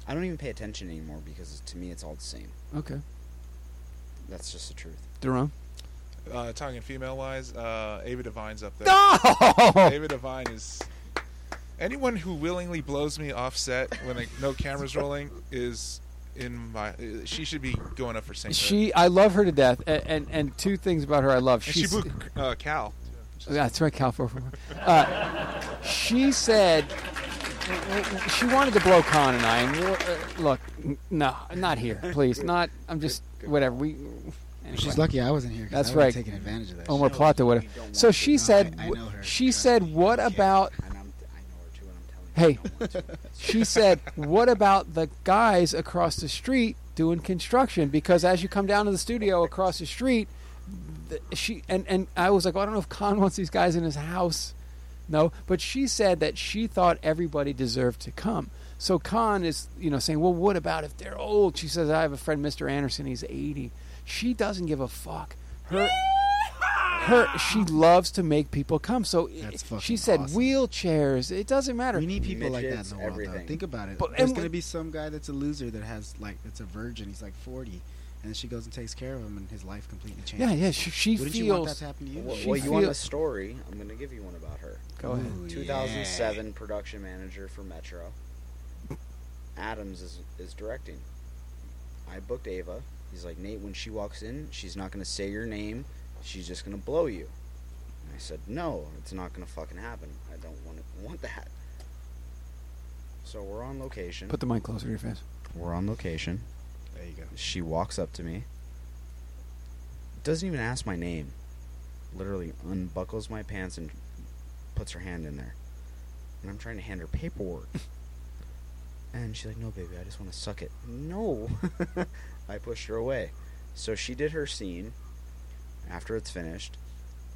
S7: I don't even pay attention anymore because to me it's all the same.
S4: Okay.
S7: That's just the truth.
S4: Durham.
S8: Uh, talking female wise, uh, Ava Devine's up there.
S4: No.
S8: Ava Devine is. Anyone who willingly blows me off set when like, no cameras rolling is in my. uh, She should be going up for St.
S4: She. I love her to death. And and, and two things about her I love.
S8: and she
S4: She's.
S8: blew uh, Cal.
S4: That's right, Cal Four Four Four. Uh, she said she wanted to blow Con and I. And we're, uh, look, n- no, not here, please. Not. I'm just whatever. We. Anyway.
S5: She's lucky I wasn't here. 'cause
S4: That's
S5: I would've
S4: right.
S5: Taken advantage of that.
S4: Omar
S5: shit.
S4: Plata would
S7: don't
S4: have.
S7: want
S4: So
S7: to
S4: she
S5: know.
S4: said.
S5: I- I know her.
S4: She
S5: Trust
S4: said,
S5: me.
S4: "What about
S7: And I'm I know her too and I'm telling
S4: Hey.
S7: you I don't want to.
S4: she said, "What about the guys across the street doing construction? Because as you come down to the studio across the street, th- she and and I was like, well, I don't know if Khan wants these guys in his house. No, but she said that she thought everybody deserved to come. So Khan is, you know, saying, "Well, what about if they're old?" She says, "I have a friend, Mr. Anderson. He's 80." She doesn't give a fuck. Her, her, she loves to make people come. So i-
S5: That's fucking
S4: she said,
S5: awesome.
S4: "Wheelchairs. It doesn't matter."
S5: We need people like that in
S7: Midgets,
S5: the world. Though.
S7: everything.
S5: Think about it.
S4: But-
S5: There's
S4: and-
S5: going to be some guy that's a loser that has like it's a virgin. He's like 40, and then she goes and takes care of him, and his life completely changes.
S4: yeah, yeah. She, she
S5: Wouldn't you want that
S4: feels.
S5: to happen to you?
S7: Well,
S4: She
S7: well, you want a
S4: feels-
S7: story? I'm going to give you one about her.
S4: Go ahead.
S5: Ooh,
S7: 2007 production manager for Metro. Adams is is directing. I booked Ava. He's like Nate. When she walks in, she's not gonna say your name. She's just gonna blow you. And I said no. It's not gonna fucking happen. I don't want want that. So we're on location.
S4: Put the mic closer to your face.
S7: we're on location.
S5: Yeah. There you go.
S7: She walks up to me. Doesn't even ask my name. Literally unbuckles my pants and puts her hand in there. And I'm trying to hand her paperwork. and she's like, "No, baby, I just want to suck it." No. I pushed her away. So she did her scene. After it's finished,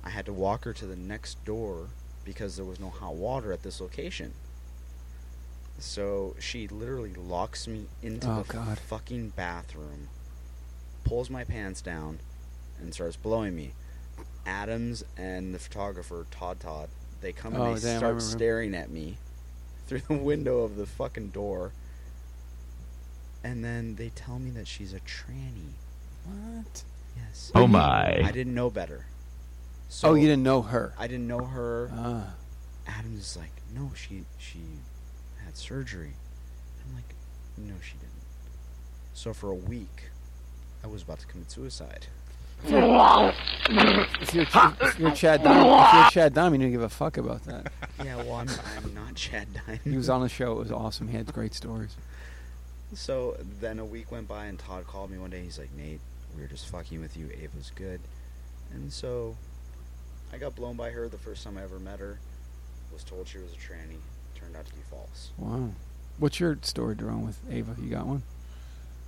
S7: I had to walk her to the next door because there was no hot water at this location. So she literally locks me into
S4: Oh,
S7: the
S4: God.
S7: fucking bathroom, pulls my pants down, and starts blowing me. Adams and the photographer Todd Todd, they come
S4: Oh,
S7: and they
S4: damn, I
S7: start
S4: remember.
S7: staring at me through the window of the fucking door. And then they tell me that she's a tranny.
S4: What?
S7: Yes.
S10: Oh my.
S7: I didn't know better. So
S4: oh, you didn't know her.
S7: I didn't know her.
S4: Ah.
S7: Adams is like, no, she she had surgery. I'm like, no, she didn't. So for a week, I was about to commit suicide.
S4: If you're, if you're Chad, Dom, if you're Chad Dom, you didn't give a fuck about that.
S7: Yeah, well, I'm, I'm not Chad
S4: He
S7: Diamond.
S4: was on the show. It was awesome. He had great stories.
S7: So then a week went by, and Todd called me one day. He's like, Nate, we were just fucking with you. Ava's good. And so I got blown by her the first time I ever met her. Was told she was a tranny. Turned out to be false.
S4: Wow. What's your story, Jerome, with Ava? You got one?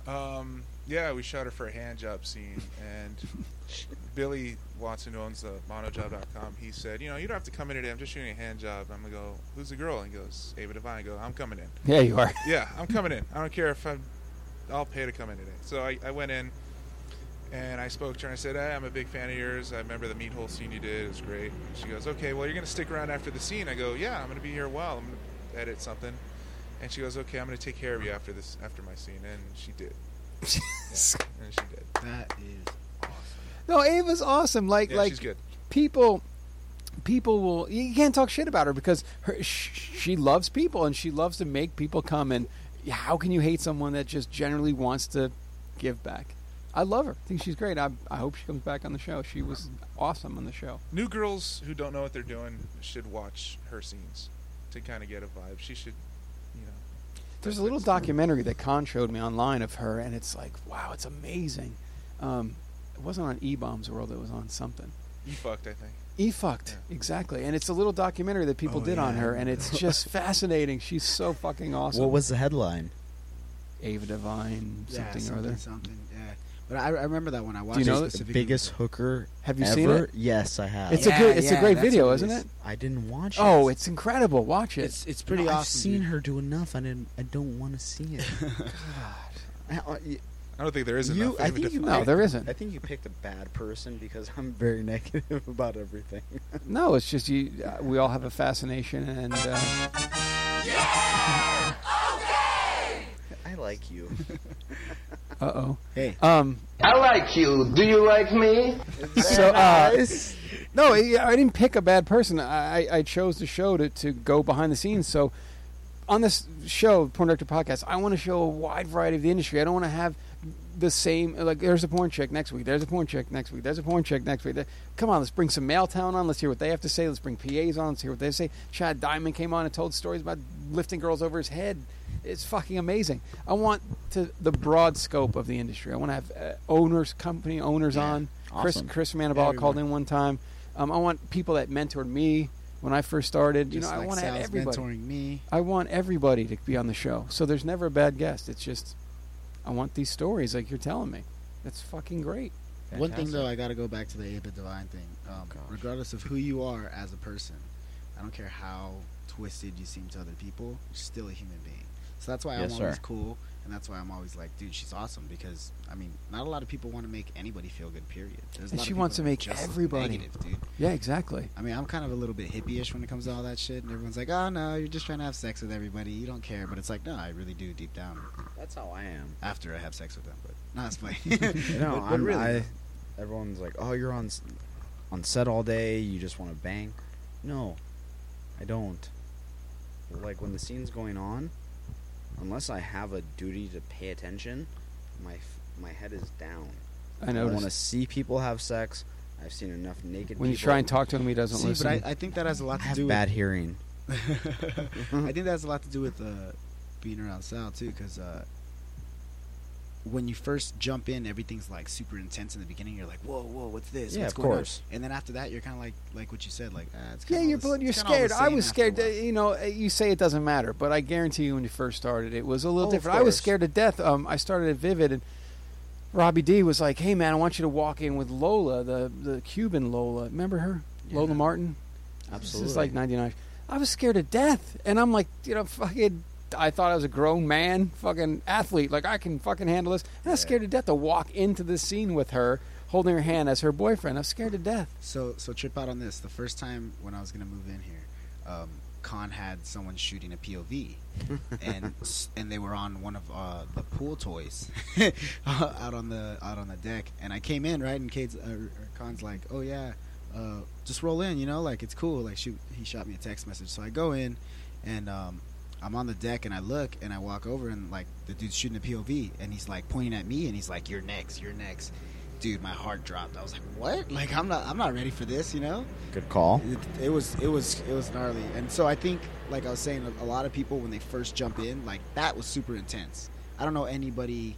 S8: Um, yeah, we shot her for a hand job scene, and Billy Watson, who owns the monojob.com, he said, You know, you don't have to come in today. I'm just shooting a hand job. I'm going to go, Who's the girl? And he goes, Ava Devine. I go, I'm coming in.
S4: Yeah, you are.
S8: Yeah, I'm coming in. I don't care if I'm. I'll pay to come in today. So I, I went in, and I spoke to her. and I said, hey, I'm a big fan of yours. I remember the meat hole scene you did. It was great. And she goes, okay, well you're gonna stick around after the scene. I go, yeah, I'm gonna be here a while. I'm gonna edit something. And she goes, okay, I'm gonna take care of you after this after my scene. And she did. Yeah, and she did.
S5: That is
S4: No, Ava's awesome. Like,
S8: Yeah,
S4: like
S8: she's good.
S4: people, people will. You can't talk shit about her because her, sh- she loves people and she loves to make people come. And how can you hate someone that just generally wants to give back? I love her. I think she's great. I, I hope she comes back on the show. She was awesome on the show.
S8: New girls who don't know what they're doing should watch her scenes to kind of get a vibe. She should, you know.
S4: There's a little documentary that Con showed me online of her, and it's like, wow, it's amazing. Um, it wasn't on E Bombs World; it was on something.
S8: You fucked, I think.
S4: E fucked exactly, and it's a little documentary that people
S5: Oh,
S4: did
S5: yeah,
S4: on
S5: I
S4: her, and it's just fascinating. She's so fucking awesome.
S12: was the headline?
S4: Ava Devine
S5: yeah,
S4: something, or
S5: something,
S4: other?
S5: Something. Yeah. But I, I remember that one. I watched
S4: know
S5: it
S4: the
S12: The
S5: specifically
S12: biggest hooker
S4: Have you
S12: ever?
S4: seen it?
S12: Yes, I have.
S4: It's
S5: Yeah,
S4: a good. It's a
S5: yeah,
S4: great
S5: that's
S4: video,
S5: what it
S4: isn't
S5: is.
S4: it?
S12: I didn't watch it.
S4: Oh, it's incredible. Watch it.
S5: It's it's pretty
S12: No,
S5: awesome.
S12: I've seen
S5: dude.
S12: her do enough. I didn't. I don't want to see it.
S7: I, I-
S8: I don't think there is
S7: You-
S8: enough.
S7: I
S8: Ava
S7: think you
S8: Devine.
S4: no, there isn't.
S7: I think you picked a bad person because I'm very negative about everything.
S4: No, it's just you. Uh, we all have a fascination, and uh,
S7: I like you.
S4: uh oh.
S5: Hey.
S4: Um.
S3: I like you. Do you like me?
S4: so uh, no I I didn't pick a bad person I, I I chose the show to, to go behind the scenes so on this show porn director podcast i want to show a wide variety of the industry i don't want to have the same like there's a porn chick next week there's a porn chick next week there's a porn chick next week There- come on let's bring some mailtown on let's hear what they have to say let's bring pas on let's hear what they say chad diamond came on and told stories about lifting girls over his head it's fucking amazing i want to the broad scope of the industry i want to have uh, owners company owners on
S12: Awesome.
S4: chris chris manabala called in one time um, i want people that mentored me when i first started you know
S5: Just
S4: i
S5: like
S4: want to have
S5: Sal's
S4: everybody
S5: mentoring me.
S4: I want everybody to be on the show. So there's never a bad guest. It's just I want these stories like you're telling me. That's fucking great.
S5: One thing
S7: Fantastic.
S5: though, I got to go back to the Ape and Divine thing. Um,
S7: Gosh.
S5: regardless of who you are as a person, I don't care how twisted you seem to other people, you're still a human being. So that's why
S7: Yes,
S5: I'm
S7: sir.
S5: always cool, and that's why I'm always like, dude, she's awesome because I mean, not a lot of people want to make anybody feel good. Period. There's a
S4: And
S5: lot
S4: she
S5: of
S4: wants to
S5: people that are
S4: make
S5: just
S4: everybody-
S5: negative, dude.
S4: Yeah, exactly.
S5: I mean, I'm kind of a little bit hippie-ish when it comes to all that shit, and everyone's like, "Oh no, you're just trying to have sex with everybody. You don't care." But it's like, no, I really do deep down.
S7: That's how I am.
S5: After I have sex with them, but not as funny.
S7: No,
S5: But- but
S7: I'm,
S5: really,
S7: I, everyone's like, "Oh, you're on s- on set all day. You just want to bang." No, I don't. Like when the scene's going on, unless I have a duty to pay attention, my f- my head is down.
S4: I
S7: I want to
S4: noticed.
S7: see people have sex. I've seen enough naked.
S4: When you
S7: people.
S4: try and talk to him, he doesn't
S5: See,
S4: listen.
S5: but I, I think that has a lot to
S7: I have
S5: do with
S7: bad hearing.
S5: I think that has a lot to do with uh, being around Sal too, because uh, when you first jump in, everything's like super intense in the beginning. You're like, "Whoa, whoa, what's this?
S7: Yeah,
S5: what's
S7: of
S5: going on?"
S7: course.
S5: And then after that, you're kind of like, like what you said, like, ah, it's
S4: yeah,
S5: kinda all
S4: you're
S5: the s-
S4: blood. You're
S5: it's kinda all the
S4: scared. I
S5: same
S4: was
S5: after a
S4: scared. That, you know, uh, you say it doesn't matter, but I guarantee you, when you first started, it was a little
S7: Oh, of
S4: different. I was
S7: course.
S4: scared to death. Um, I started at Vivid, and Robbie D was like, "Hey, man, I want you to walk in with Lola, the the Cuban Lola. Remember her, Lola Martin?
S7: Absolutely.
S4: This is like '99. I was scared to death, and I'm like, you know, fucking. I thought I was a grown man, fucking athlete. Like I can fucking handle this. And I was scared to death to walk into this scene with her, holding her hand as her boyfriend. I was scared to death.
S5: So so trip out on this. The first time when I was gonna move in here, um, Khan had someone shooting a POV, and s- and they were on one of uh, the pool toys out on the out on the deck. And I came in right, and Kate's uh, or Khan's like, oh yeah, uh, just roll in, you know, like it's cool. Like shoot, he shot me a text message, so I go in, and um, I'm on the deck and I look and I walk over and like the dude's shooting a POV and he's like pointing at me and he's like, "You're next, you're next." Dude, my heart dropped. I was like, "What? Like I'm not I'm not ready for this," you know?
S7: Good call.
S5: It, it was it was it was gnarly. And so I think like I was saying a lot of people when they first jump in, like that was super intense. I don't know anybody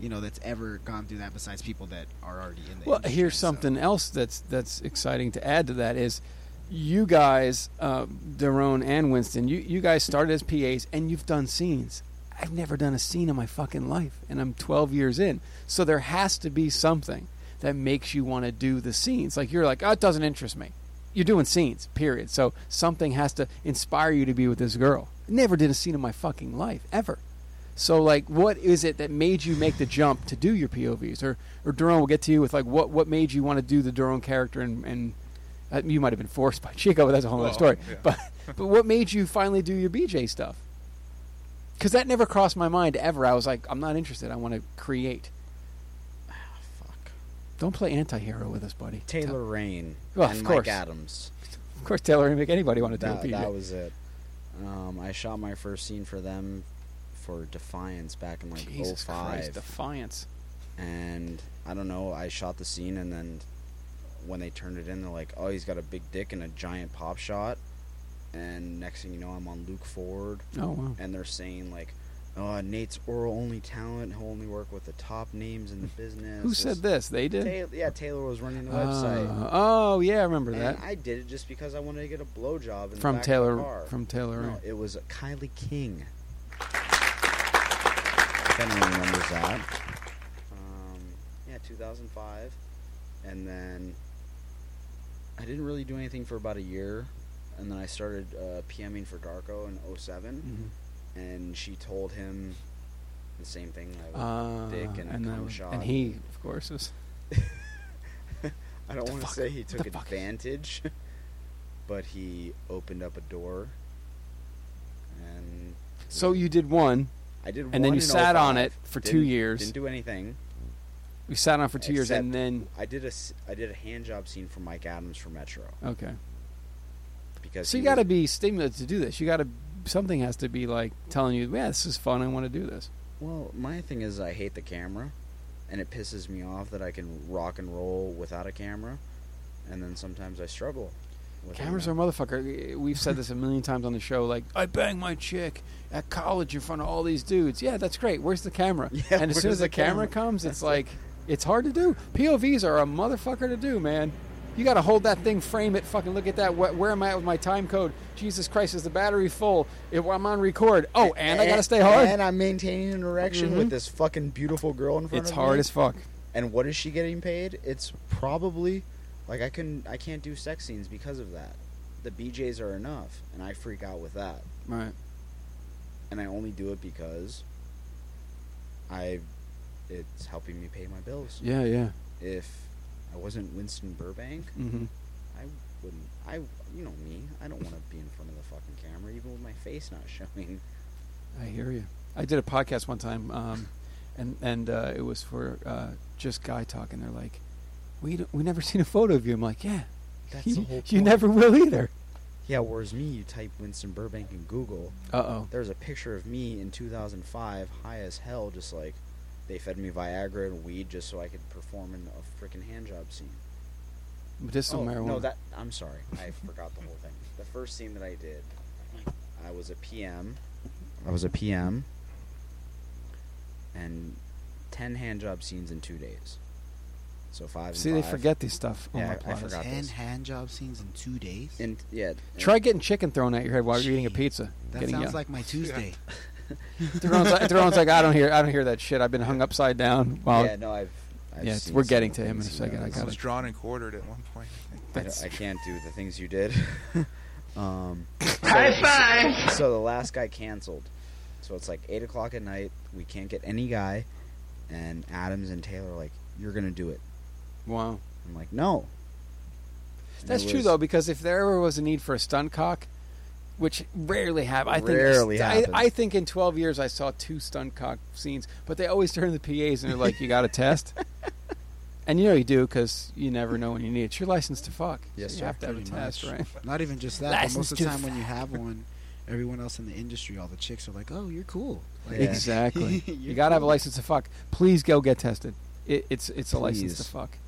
S5: you know that's ever gone through that besides people that are already in the
S4: Well,
S5: industry,
S4: here's
S5: so-
S4: something else that's that's exciting to add to that is, you guys, uh, Daron and Winston, you you guys started as PAs and you've done scenes. I've never done a scene in my fucking life, and I'm 12 years in. So there has to be something that makes you want to do the scenes. Like you're like, oh, it doesn't interest me. You're doing scenes, period. So something has to inspire you to be with this girl. Never did a scene in my fucking life ever. So like, what is it that made you make the jump to do your POVs? Or or Duron will get to you with like, what what made you want to do the Duron character? And, and uh, you might have been forced by Chico, but that's a whole other
S8: Well,
S4: story.
S8: yeah.
S4: But but what made you finally do your BJ stuff? Because that never crossed my mind ever. I was like, I'm not interested. I want to create. Ah,
S7: Fuck.
S4: Don't play anti-hero with us, buddy.
S7: Taylor Rain
S4: Well,
S7: and
S4: of
S7: Mike
S4: course.
S7: Adams.
S4: Of course, Taylor didn't make anybody want to do
S7: that,
S4: a PJ.
S7: that was it. Um, I shot my first scene for them for Defiance back in like
S4: Jesus
S7: 05.
S4: Christ, defiance.
S7: and I don't know, I shot the scene and then when they turned it in they're like, Oh, he's got a big dick and a giant pop shot and next thing you know I'm on Luke Ford
S4: Oh wow.
S7: and they're saying like uh, Nate's oral only talent. He'll only work with the top names in the business.
S4: Who said this? They did.
S7: Taylor, yeah, Taylor was running the website.
S4: Uh, oh yeah, I remember
S7: and
S4: that.
S7: I did it just because I wanted to get a blowjob in the
S4: from
S7: back Of the
S4: Taylor
S7: car.
S4: from Taylor.
S7: No, it was Kylie King. if anyone remembers that. Um, yeah, 2005. And then I didn't really do anything for about a year. And then I started uh, PMing for Darko in 7
S4: Mhm.
S7: And she told him the same thing. I was
S4: Uh,
S7: dick and a
S4: and,
S7: cum
S4: that-
S7: shot.
S4: and he, of course, was
S7: I don't
S4: the
S7: want to
S4: fuck?
S7: say he
S4: What
S7: took
S4: the fuck?
S7: advantage, but he opened up a door. And
S4: So you did one.
S7: I did,
S4: then
S7: one
S4: you
S7: in
S4: sat on
S7: 05,
S4: it for two
S7: didn't-
S4: years.
S7: Didn't do anything.
S4: We sat on it for two years, and
S7: Except-
S4: then
S7: I did a s- I did a hand job scene for Mike Adams for Metro
S4: okay.
S7: because
S4: So
S7: he
S4: you got to
S7: was-
S4: be stimulated to do this. You got to something has to be like telling you, yeah, this is fun. I want to do this.
S7: well. My thing is I hate the camera, and it pisses me off that I can rock and roll without a camera, and then sometimes I struggle. With
S4: Cameras
S7: it.
S4: are a motherfucker. We've said this a million times on the show. Like, I banged my chick at college in front of all these dudes. Yeah, that's great. Where's the camera?
S7: Yeah,
S4: and as soon
S7: where's
S4: as the,
S7: the
S4: camera,
S7: camera?
S4: comes, it's like, it's hard to do. POVs are a motherfucker to do, man. You got to hold that thing, frame it, fucking look at that. Wh- where am I at with my time code? Jesus Christ, is the battery full? If I'm on record. Oh, and I got to stay hard. Mm-hmm.
S7: And I'm maintaining an erection with this fucking beautiful girl in front
S4: It's
S7: of me.
S4: hard as fuck.
S7: And what is she getting paid? It's probably like I can I can't do sex scenes because of that. The BJ's are enough, and I freak out with that.
S4: Right.
S7: And I only do it because I it's helping me pay my bills.
S4: Yeah, yeah.
S7: If I wasn't Winston Burbank,
S4: Mm-hmm.
S7: I wouldn't. I, you know me. I don't want to be in front of the fucking camera, even with my face not showing.
S4: I hear you. I did a podcast one time, um, and and uh, it was for uh, just guy talk, and they're like, "We don't, we never seen a photo of you." I'm like, "Yeah,
S7: That's
S4: you,
S7: the whole.
S4: you
S7: point.
S4: never will either."
S7: Yeah, whereas me, you type Winston Burbank in Google.
S4: Uh oh.
S7: There's a picture of me in 2005, high as hell, just like they fed me Viagra and weed just so I could perform in a freaking hand job scene.
S4: Medicinal
S7: oh,
S4: marijuana.
S7: No, that I'm sorry. I forgot the whole thing. The first scene that I did, I was a PM. I was a PM. And ten hand job scenes in two days. So five. and
S4: See, they
S7: five.
S4: forget these stuff. on
S7: Yeah,
S4: my
S7: I
S4: platters.
S7: forgot. Got
S5: Ten
S7: this.
S5: hand job scenes in two days.
S7: And yeah. and-
S4: Try getting chicken thrown at your head while you're eating a pizza.
S5: that
S4: getting
S5: sounds
S4: yelled-
S5: like my Tuesday.
S4: Theron's like, Theron's like, I don't hear, I don't hear that shit. I've been hung upside down. While
S7: yeah. No, I've. I've
S4: Yeah,
S7: seen
S4: we're
S7: some
S4: getting to
S7: things
S4: him in a
S7: you
S4: second, I
S7: guys-
S4: got
S8: I
S4: it.
S8: was drawn and quartered at one point.
S7: I, don't-
S4: that's-
S7: I can't do the things you did. um, High five! So the last guy canceled. So it's like 8 o'clock at night. We can't get any guy. And Adams and Taylor are like, You're going to do it.
S4: wow,
S7: I'm like, No. And
S4: that's
S7: it
S4: true
S7: was-
S4: though, because if there ever was a need for a stunt cock, which rarely happens, I think
S7: Rarely
S4: I,
S7: happens.
S4: I think in 12 years I saw two stunt cock scenes, but they always turn to the PAs and they're like, "You got a test," and you know you do because you never know when you need it. It's your license to fuck.
S7: Yes,
S4: so you
S7: sir.
S4: have to have a
S5: Pretty
S4: test,
S5: much.
S4: right?
S5: Not even just that.
S4: License
S5: But most of
S4: to
S5: the time, when you have one, everyone else in the industry, all the chicks are like, "Oh, you're cool." Like,
S7: Yeah.
S4: Exactly.
S5: You're
S4: you gotta have a
S5: cool.
S4: license to fuck. Please go get tested. It, it's it's a license to
S7: Please.
S4: fuck.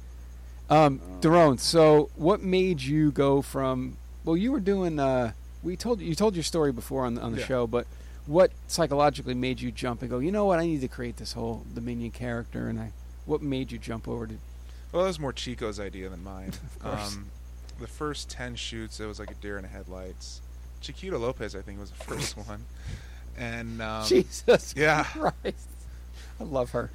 S4: Um, Daron, so what made you go from? Well, you were doing. Uh, we told you told your story before on the, on the
S8: Yeah.
S4: show, but what psychologically made you jump and go? You know what? I need to create this whole Dominion character, and I. What made you jump over to?
S8: Well, that was more Chico's idea than mine.
S4: course.
S8: Um, the first 10 shoots, it was like a deer in the headlights. Chiquita Lopez, I think, was the first one. And um,
S4: Jesus
S8: yeah.
S4: Christ! I love her.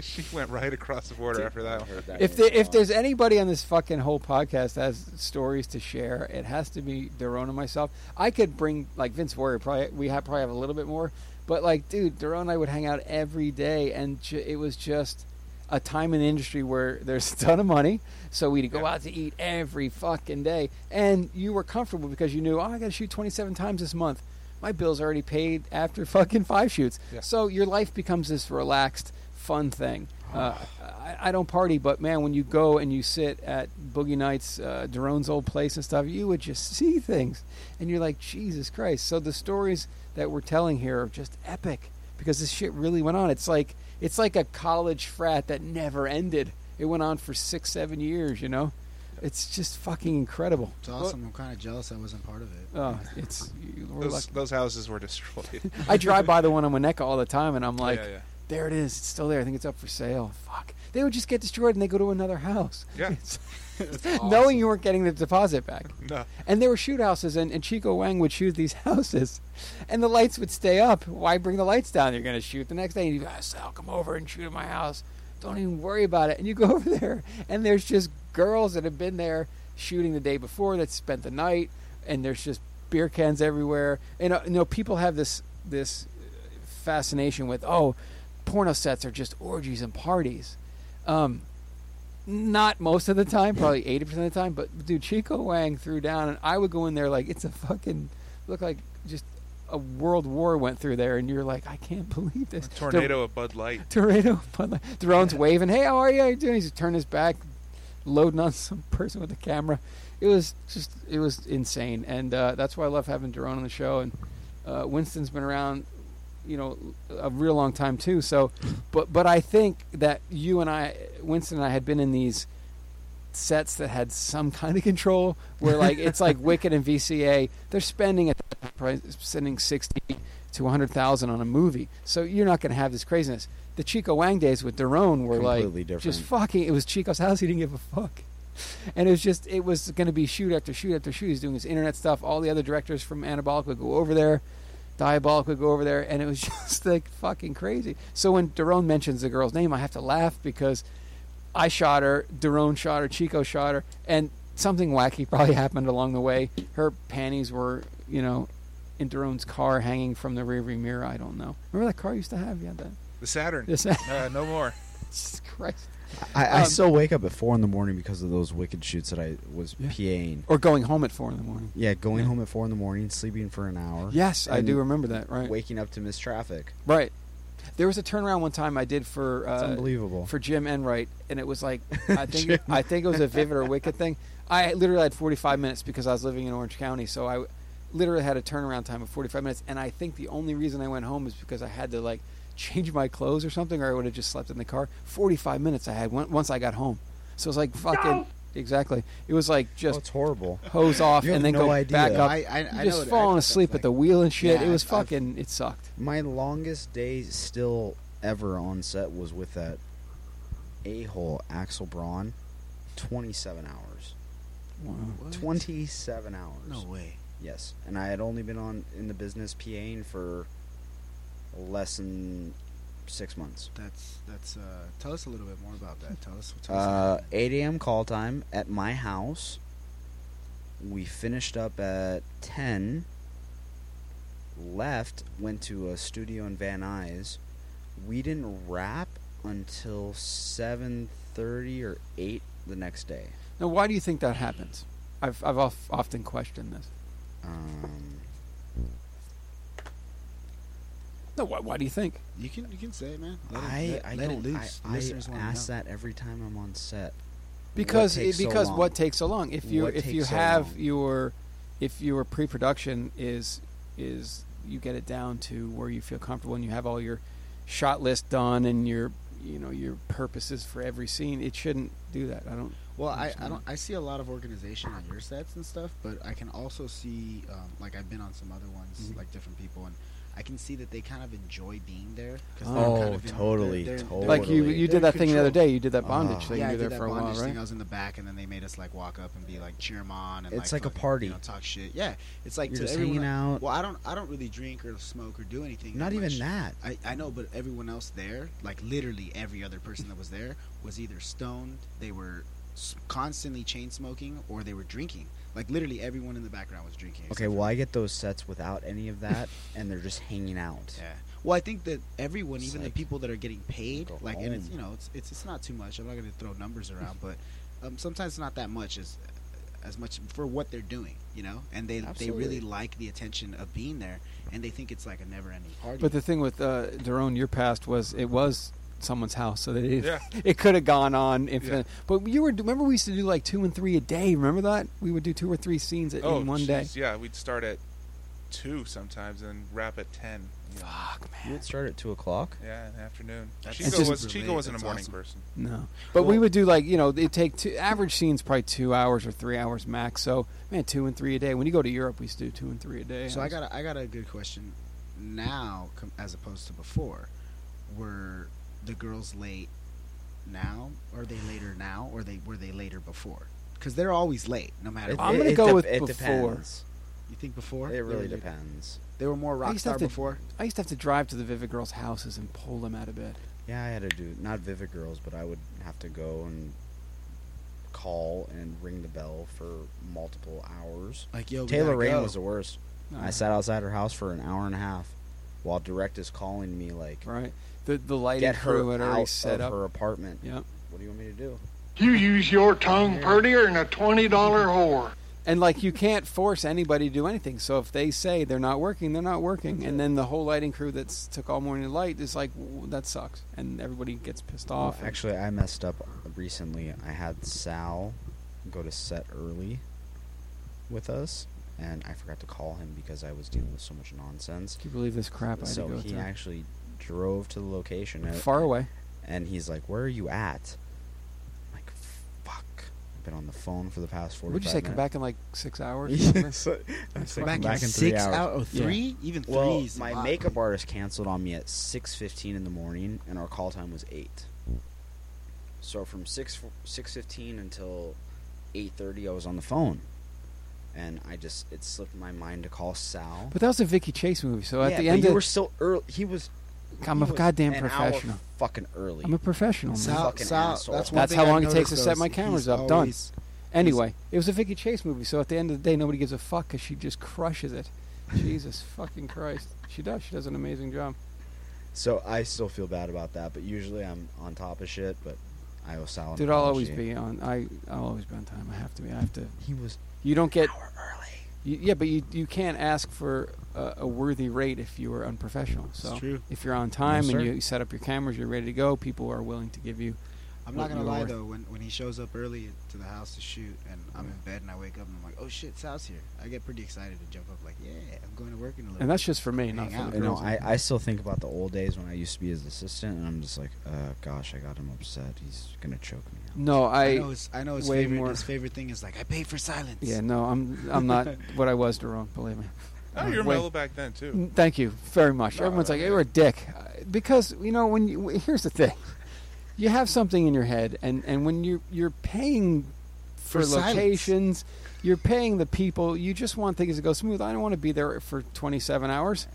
S8: she went right across the border after that
S7: I
S8: one.
S7: heard that
S4: If
S7: one
S4: there, if
S7: song.
S4: there's anybody on this fucking whole podcast that has stories to share, it has to be Daron and myself. I could bring like Vince Warrior. Probably we have probably have a little bit more, but like, dude, Daron and I would hang out every day, and ju- it was just a time in the industry where there's a ton of money, so we'd go out to eat every fucking day, and you were comfortable because you knew, oh, I got to shoot 27 times this month. My bill's already paid after fucking five shoots,
S8: Yeah.
S4: so your life becomes this relaxed, fun thing. Uh, I, I don't party, but man, when you go and you sit at Boogie Nights, uh, Daron's old place and stuff, you would just see things, and you're like, Jesus Christ! So the stories that we're telling here are just epic because this shit really went on. It's like it's like a college frat that never ended. It went on for six, seven years. You know, it's just fucking incredible.
S5: It's awesome. I'm kind of jealous I wasn't part of it.
S4: Oh, it's you- we're
S8: Those,
S4: lucky.
S8: those houses were destroyed.
S4: I drive by the one on Winnetka all the time, and I'm like,
S8: yeah, yeah.
S4: there it is. It's still there. I think it's up for sale. Fuck. They would just get destroyed and they go to another house.
S8: Yeah.
S4: It's- Knowing you weren't getting the deposit back.
S8: No.
S4: And there were shoot houses, and, and Chico Wang would shoot these houses, and the lights would stay up. Why bring the lights down? You're going to shoot the next day. And you ah, Sal, come over and shoot at my house. Don't even worry about it. And you go over there, and there's just girls that have been there shooting the day before that spent the night, and there's just beer cans everywhere. And uh, you know, people have this this fascination with oh, porno sets are just orgies and parties. Um, not most of the time, probably 80% of the time, but dude, Chico Wang threw down, and I would go in there like, it's a fucking, look like just a world war went through there, and you're like, I can't believe this.
S8: A tornado of Bud Light.
S4: The- tornado. but, like, Daron's waving, hey, how are you? How you doing? He's turning his back, loading on some person with a camera. It was just, it was insane. And uh, that's why I love having Daron on the show. And uh, Winston's been around, you know, a real long time too. So, but but I think that you and I, Winston and I, had been in these sets that had some kind of control. Where like it's like Wicked and VCA, they're spending at that price, spending sixty to hundred thousand on a movie. So you're not going to have this craziness. The Chico Wang days with Daron were
S7: Completely
S4: like
S7: different.
S4: just fucking. It was Chico's house. He didn't give a fuck. And it was just, it was going to be shoot after shoot after shoot. He's doing his internet stuff. All the other directors from Anabolic would go over there. Diabolic would go over there, and it was just like fucking crazy. So when Daron mentions the girl's name, I have to laugh because I shot her, Daron shot her, Chico shot her, and something wacky probably happened along the way. Her panties were, you know, in Daron's car hanging from the rearview mirror. I don't know. Remember that car I used to have? Yeah, that.
S8: The Saturn.
S4: This,
S8: Uh, no more.
S4: Jesus Christ.
S7: I, I
S4: Um,
S7: still wake up at four in the morning because of those wicked shoots that I was PAing.
S4: Or going home at four in the morning.
S7: Yeah, going home at four in the morning, sleeping for an hour.
S4: Yes, I
S7: And
S4: do remember that. Right.
S7: Waking up to miss traffic.
S4: Right. There was a turnaround one time I did for
S7: It's
S4: uh,
S7: unbelievable.
S4: for Jim Enright, and it was like I
S7: Jim.
S4: think I think it was a Vivid or Wicked thing. I literally had 45 minutes because I was living in Orange County, so I literally had a turnaround time of 45 minutes. And I think the only reason I went home is because I had to like change my clothes or something, or I would have just slept in the car. 45 minutes I had on- once I got home, so it was like fucking exactly. It was like
S7: oh,
S4: just
S7: it's horrible.
S4: hose off
S7: You have
S4: and then
S7: no
S4: go
S7: idea.
S4: back up.
S5: I, I, I
S4: You just
S5: know
S4: falling
S5: it,
S4: asleep at the wheel and shit.
S7: Yeah,
S4: it was
S7: I've- I've-
S4: fucking. it sucked.
S7: My longest day still ever on set was with that a hole Axel Braun, twenty seven hours.
S4: Wow.
S7: Twenty seven hours.
S5: No way.
S7: Yes, and I had only been on in the business PAing for less than six months.
S5: That's that's. Uh, tell us a little bit more about that. Tell us. Tell us
S7: Uh,
S5: about that.
S7: 8 a.m. call time at my house. We finished up at 10. Left, went to a studio in Van Nuys. We didn't wrap until 7:30 or 8 the next day.
S4: Now, why do you think that happens? I've I've of, often questioned this.
S7: Um,
S4: No, why, why do you think?
S5: you can you can say it, man. Let it,
S7: I
S5: let,
S7: I
S5: let
S7: don't
S5: it loose.
S7: I, I
S5: Listeners wanna
S7: ask
S5: know.
S7: that every time I'm on set.
S4: Because
S7: takes so
S4: because
S7: long?
S4: what takes so long? If you
S7: What
S4: if
S7: takes
S4: you
S7: so
S4: have
S7: long?
S4: your if your pre-production is is you get it down to where you feel comfortable and you have all your shot list done and your you know your purposes for every scene, it shouldn't do that. I don't.
S5: Well, I, I
S4: Understand.
S5: don't. I see a lot of organization on your sets and stuff, but I can also see, um, like I've been on some other ones,
S7: Mm-hmm.
S4: Mhm.
S5: like different people, and I can see that they kind of enjoy being there. 'cause they're
S4: Oh,
S5: in- they're-
S7: totally,
S5: they're- they're-
S7: totally.
S4: Like you
S7: Totally.
S4: you
S5: they're in
S4: did that thing the other
S5: control.
S4: day. You did that bondage
S7: Ah.
S4: thing. you
S5: yeah, I
S4: were
S5: did
S4: there
S5: that
S4: for a while,
S5: bondage
S4: right?
S5: thing. I was in the back, and then they made us like walk up and be like cheer 'em on. And,
S7: It's like a
S5: fucking,
S7: party.
S5: You know, talk shit. Yeah, it's like
S7: You're
S5: to
S7: just
S5: everyone-
S7: hanging out.
S5: Well, I don't. I don't really drink or smoke or do anything.
S7: Not
S5: that
S7: even
S5: much.
S7: that.
S5: I, I know, but everyone else there, like literally every other person that was there, was either stoned, they were s- constantly chain smoking, or they were drinking. Like literally everyone in the background was drinking.
S7: Okay,
S5: except for-
S7: well I get those sets without any of that, and they're just hanging out.
S5: Yeah. Well, I think that everyone,
S7: It's
S5: even
S7: like,
S5: the people that are getting paid,
S7: go
S5: like, and it's
S7: home.
S5: you know, it's it's, it's not too much. I'm not going to throw numbers around, but um, sometimes not that much as as much for what they're doing, you know. And they they
S4: Absolutely.
S5: really like the attention of being there, and they think it's like a never-ending party.
S4: But the thing with uh, Daron, your past was it was someone's house, so that it,
S8: Yeah.
S4: it could have gone on infinite. But you were remember we used to do like two and three a day. Remember that we would do two or three scenes at-
S8: Oh,
S4: in one day.
S8: jeez, Yeah, we'd start at two sometimes and wrap at ten.
S4: Fuck
S7: You
S4: man,
S7: would start at two o'clock.
S8: Yeah, in the afternoon.
S5: That's
S8: Chico
S4: just-
S8: was Chico wasn't a
S5: That's
S8: morning
S5: awesome.
S8: person.
S4: no. But we would do like you know it take two average scenes probably two hours or three hours max. So man, two and three a day. When you go to Europe, we used to do two and three a day.
S5: So I got a, I got a good question now com- as opposed to before. Were the girls late now? Are they later now, or they were they later before? Because they're always late, no matter.
S7: It-
S5: what.
S4: I'm
S7: it-
S4: gonna
S7: it
S4: go
S7: dep-
S4: with
S7: it
S4: before.
S7: Depends.
S5: You think before?
S7: It really
S5: They were-
S7: depends.
S5: They were more
S4: I
S5: rock
S4: used to
S5: star
S4: have to-
S5: before.
S4: I used to have to drive to the Vivid Girls' houses and pull them out of bed.
S7: Yeah, I had to do not Vivid Girls, but I would have to go and call and ring the bell for multiple hours.
S5: Like yo, we
S7: Taylor
S5: gotta
S7: Rain
S5: go.
S7: was the worst. I
S4: Uh,
S7: sat outside her house for an hour and a half while direct is calling me like
S4: right. The the lighting
S7: get
S4: crew
S7: her
S4: had already
S7: out
S4: set
S7: of
S4: up.
S7: her apartment.
S4: Yeah.
S7: What do you want me to do?
S13: You use your tongue prettier than a $20 whore.
S4: And like you can't force anybody to do anything. So if they say they're not working, they're not working. And then the whole lighting crew that's took all morning to light is like, "Well, that sucks, and everybody gets pissed off.
S7: Well, actually, I messed up recently. I had Sal go to set early with us, and I forgot to call him because I was dealing with so much nonsense.
S4: can you believe this crap I had
S7: So
S4: to go
S7: he
S4: through?
S7: actually drove to the location. and-
S4: Far away.
S7: and he's like, "Where are you at?" I'm like, "Fuck! I've been on the phone for the past 45
S4: Would you say come
S7: minutes."
S4: back in like six hours? or something?
S7: So- I said,
S4: Come
S5: back,
S7: "Come back
S5: in,
S7: in three
S5: six
S7: hours."
S5: out of
S4: Yeah.
S5: three, even three.
S7: Well,
S5: is a
S7: my
S5: lot.
S7: makeup artist canceled on me at 6:15 in the morning, and our call time was eight. So from six six fifteen until 8:30, I was on the phone, and I just it slipped my mind to call Sal.
S4: But that was a Vicky Chase movie. So at
S7: yeah,
S4: the
S7: but
S4: end
S7: you
S4: of
S7: were still early. He was
S4: I'm
S7: He
S4: a
S7: was
S4: goddamn
S7: an
S4: professional.
S7: Hour fucking early.
S4: I'm a professional. man.
S7: Sal- fucking Sal- asshole.
S5: that's
S7: that's
S5: one
S4: That's
S5: thing
S4: how
S5: I've
S4: long it takes to
S5: noticed,
S4: set
S5: though,
S4: my
S5: is
S4: cameras
S5: he's
S4: up. Done.
S5: always-
S4: Anyway, it was a Vicky Chase movie, so at the end of the day, nobody gives a fuck because she just crushes it. Jesus fucking Christ, she does. She does an amazing job.
S7: So I still feel bad about that, but usually I'm on top of shit. But I owe Sal. an
S4: Dude, I'll always
S7: apology.
S4: be on. I I'll always be on time. I have to be. I have to.
S7: He was
S4: You don't get.
S7: hour early.
S4: You, yeah, but you you can't ask for a, a worthy rate if you are unprofessional. So
S5: true.
S4: if you're on time
S7: sir.
S4: and you set up your cameras, you're ready to go. People are willing to give you.
S5: I'm
S4: what
S5: not gonna
S4: you were
S5: lie
S4: worth.
S5: though, when when he shows up early to the house to shoot, and I'm in bed and I wake up and I'm like, oh shit, Sal's here. I get pretty excited to jump up like, yeah, I'm going to work in a little.
S4: And that's
S5: bit."
S4: just for me, not
S5: Hang
S4: for
S5: out.
S4: the
S7: You know,
S4: girls.
S7: I, I still think about the old days when I used to be his assistant, and I'm just like, uh, gosh, I got him upset. He's gonna choke me. out.
S4: no, I.
S5: I know his, I know his
S4: way
S5: favorite
S4: more-
S5: his favorite thing is like I paid for silence.
S4: Yeah, no, I'm I'm not what I was to wrong. Believe me.
S8: Oh, you were
S4: Wait.
S8: mellow back then too.
S4: Thank you very much.
S8: No,
S4: Everyone's
S8: no,
S4: like,
S8: no.
S4: "You're a dick," Uh, because you know when. You, w- here's the thing: you have something in your head, and and when you you're paying for,
S5: For silence.
S4: locations, you're paying the people. You just want things to go smooth. I don't want to be there for 27 hours.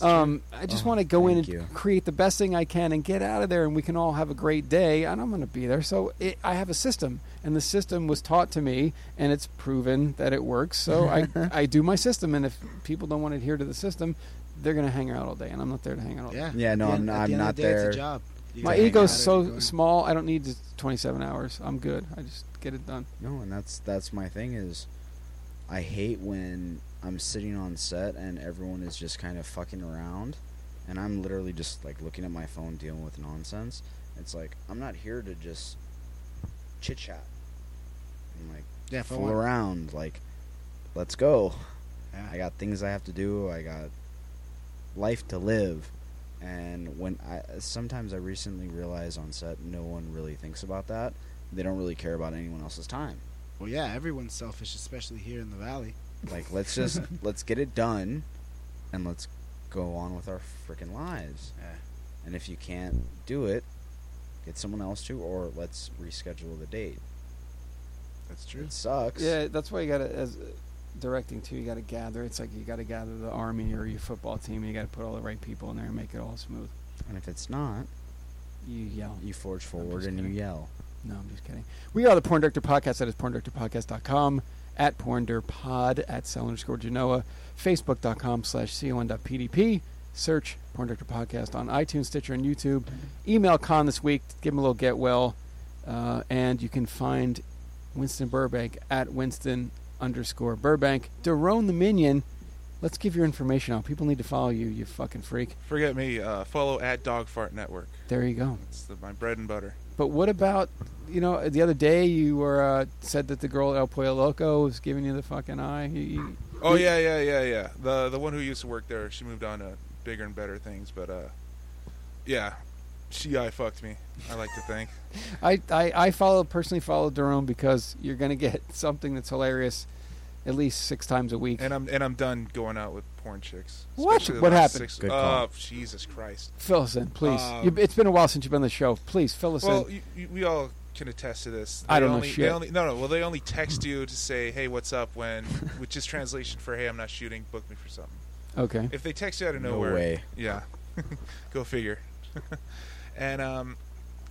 S4: Um, I just
S7: Oh,
S4: want to go in and
S7: thank you.
S4: create the best thing I can and get out of there, and we can all have a great day. And I'm going to be there. So it, I have a system, and the system was taught to me, and it's proven that it works. So I, I do my system, and if people don't want to adhere to the system, they're going to hang out all day, and I'm not there to hang out all day.
S5: yeah,
S7: Yeah, no,
S5: At the
S7: I'm
S5: end-
S7: not-
S5: at the end
S7: I'm
S5: of
S7: not
S5: the day, it's a
S7: there.
S5: job. You
S4: My
S5: gotta hang
S4: ego's
S5: out if you're
S4: so
S5: going.
S4: small, I don't need the 27 hours. I'm good. I just get it done.
S7: No, and that's that's my thing is, I hate when I'm sitting on set and everyone is just kind of fucking around, and I'm literally just like looking at my phone dealing with nonsense. It's like I'm not here to just chit chat and like
S5: Yeah, if I
S7: fool
S5: want-
S7: around. Like, let's go.
S5: yeah.
S7: I got things I have to do. I got life to live. And when I sometimes I recently realize on set, no one really thinks about that. They don't really care about anyone else's time.
S5: Well, yeah, everyone's selfish, especially here in the valley.
S7: Like let's just let's get it done, and let's go on with our freaking lives.
S5: Yeah.
S7: And if you can't do it, get someone else to, or let's reschedule the date.
S5: That's true.
S7: It sucks.
S4: Yeah, that's why you got to as uh, directing too. You got to gather. It's like you got to gather the army or your football team. And you got to put all the right people in there and make it all smooth.
S7: And if it's not,
S4: You yell.
S7: you forge forward
S4: just
S7: and you
S4: kidding.
S7: yell.
S4: No, I'm just kidding. We are the Porn Director Podcast. That is porndirectorpodcast.com, at porndirpod, at cell underscore Genoa, facebook.com slash con.pdp. Search Porn Director Podcast on iTunes, Stitcher, and YouTube. Email Con this week. Give him a little get well. Uh, and you can find Winston Burbank at Winston underscore Burbank. Daron the Minion. Let's give your information out. People need to follow you, you fucking freak.
S8: Forget me. Uh, follow at Dogfart Network.
S4: There you go.
S8: It's the, my bread and butter.
S4: But what about you know the other day you were uh, said that the girl at El Pollo Loco was giving you the fucking eye. You, you,
S8: Oh yeah, yeah, yeah, yeah. The the one who used to work there, she moved on to bigger and better things. But uh, yeah, she I fucked me. I like to think.
S4: I, I I follow personally follow Daron because you're gonna get something that's hilarious at least six times a week.
S8: And I'm and I'm done going out with porn chicks.
S4: What?
S8: Especially the
S4: What
S8: last
S4: happened?
S8: Six,
S7: Good
S8: oh, Jesus Christ.
S4: fill us in, please.
S8: Um,
S4: you, it's been a while since you've been on the show. Please fill us
S8: Well,
S4: in.
S8: you, you, we all can attest to this.
S4: I don't know
S8: only, They
S4: shit.
S8: only, no, no. Well, they only text you to say, "Hey, what's up?" When, which is translation for "Hey, I'm not shooting. Book me for something."
S4: Okay.
S8: If they text you out of
S7: No
S8: nowhere,
S7: way.
S8: yeah, go figure. and um,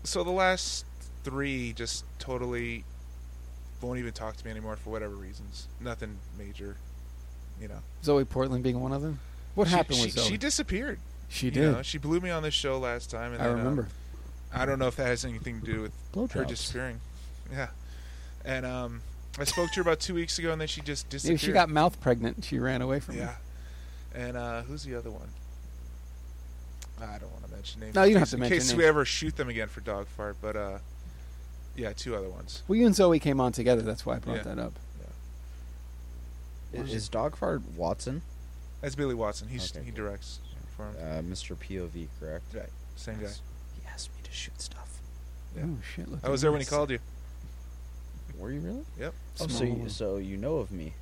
S8: so the last three just totally won't even talk to me anymore for whatever reasons. Nothing major, you know.
S4: Zoe Portland being one of them. What
S8: She-
S4: happened
S8: she,
S4: with Zoe?
S8: She disappeared.
S4: She
S8: you
S4: did.
S8: know. she blew me on this show last time, and
S4: I
S8: then, uh,
S4: remember.
S8: I don't know if that has anything to do with her
S4: Blowjobs.
S8: disappearing. Yeah, and um, I spoke to her about two weeks ago, and then she just
S4: Maybe
S8: disappeared.
S4: she got mouth pregnant. and She ran away from
S8: yeah.
S4: me.
S8: And uh, who's the other one? I don't want to mention names.
S4: No, you
S8: in
S4: don't
S8: case-
S4: have to mention
S8: In case
S4: names.
S8: we ever shoot them again for dog fart, but uh, yeah, two other ones.
S4: Well, you and Zoe came on together. That's why I brought
S8: Yeah.
S4: that up.
S7: Is, is Dogfart Watson,
S8: That's Billy Watson. He's
S7: Okay,
S8: he
S7: good.
S8: directs for him.
S7: uh, Mr. POV, correct?
S8: Right, same guy.
S7: Yes. He asked me to shoot stuff.
S8: Yeah.
S4: Oh shit! Look
S8: I was there when he called you.
S7: Were you really?
S8: Yep.
S7: Oh, so
S4: Small
S7: you,
S4: world.
S7: so you know of me.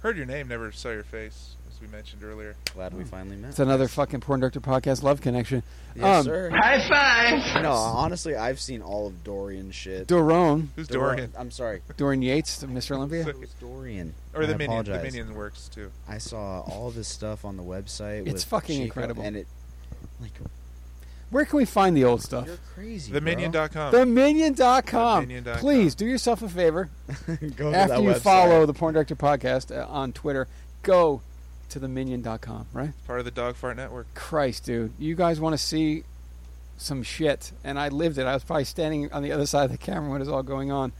S8: Heard your name, never saw your face, as we mentioned earlier.
S7: Glad we finally met.
S4: It's another fucking porn director podcast love connection.
S7: yes,
S4: um,
S7: sir. High five. No, honestly, I've seen all of Dorian shit.
S4: Dorone,
S8: Who's
S7: Dor-
S8: Dorian?
S7: I'm sorry.
S4: Dorian Yates, Mr. Olympia.
S7: It was Dorian.
S8: Or the
S7: I
S8: Minion. The
S7: apologize.
S8: Minion works too.
S7: I saw all this stuff on the website.
S4: It's
S7: with
S4: fucking
S7: Chico,
S4: incredible.
S7: and it like
S4: Where can we find the old stuff?
S7: You're crazy. bro.
S8: Theminion.com.
S4: TheMinion.com.
S8: Theminion.com.
S4: Please do yourself a favor.
S7: Go to
S4: After
S7: that
S4: you
S7: website.
S4: follow the Porn Director Podcast uh, on Twitter, go to theminion.com, right?
S8: Part of the Dog Fart Network.
S4: Christ, dude. You guys want to see some shit. And I lived it. I was probably standing on the other side of the camera when it was all going on.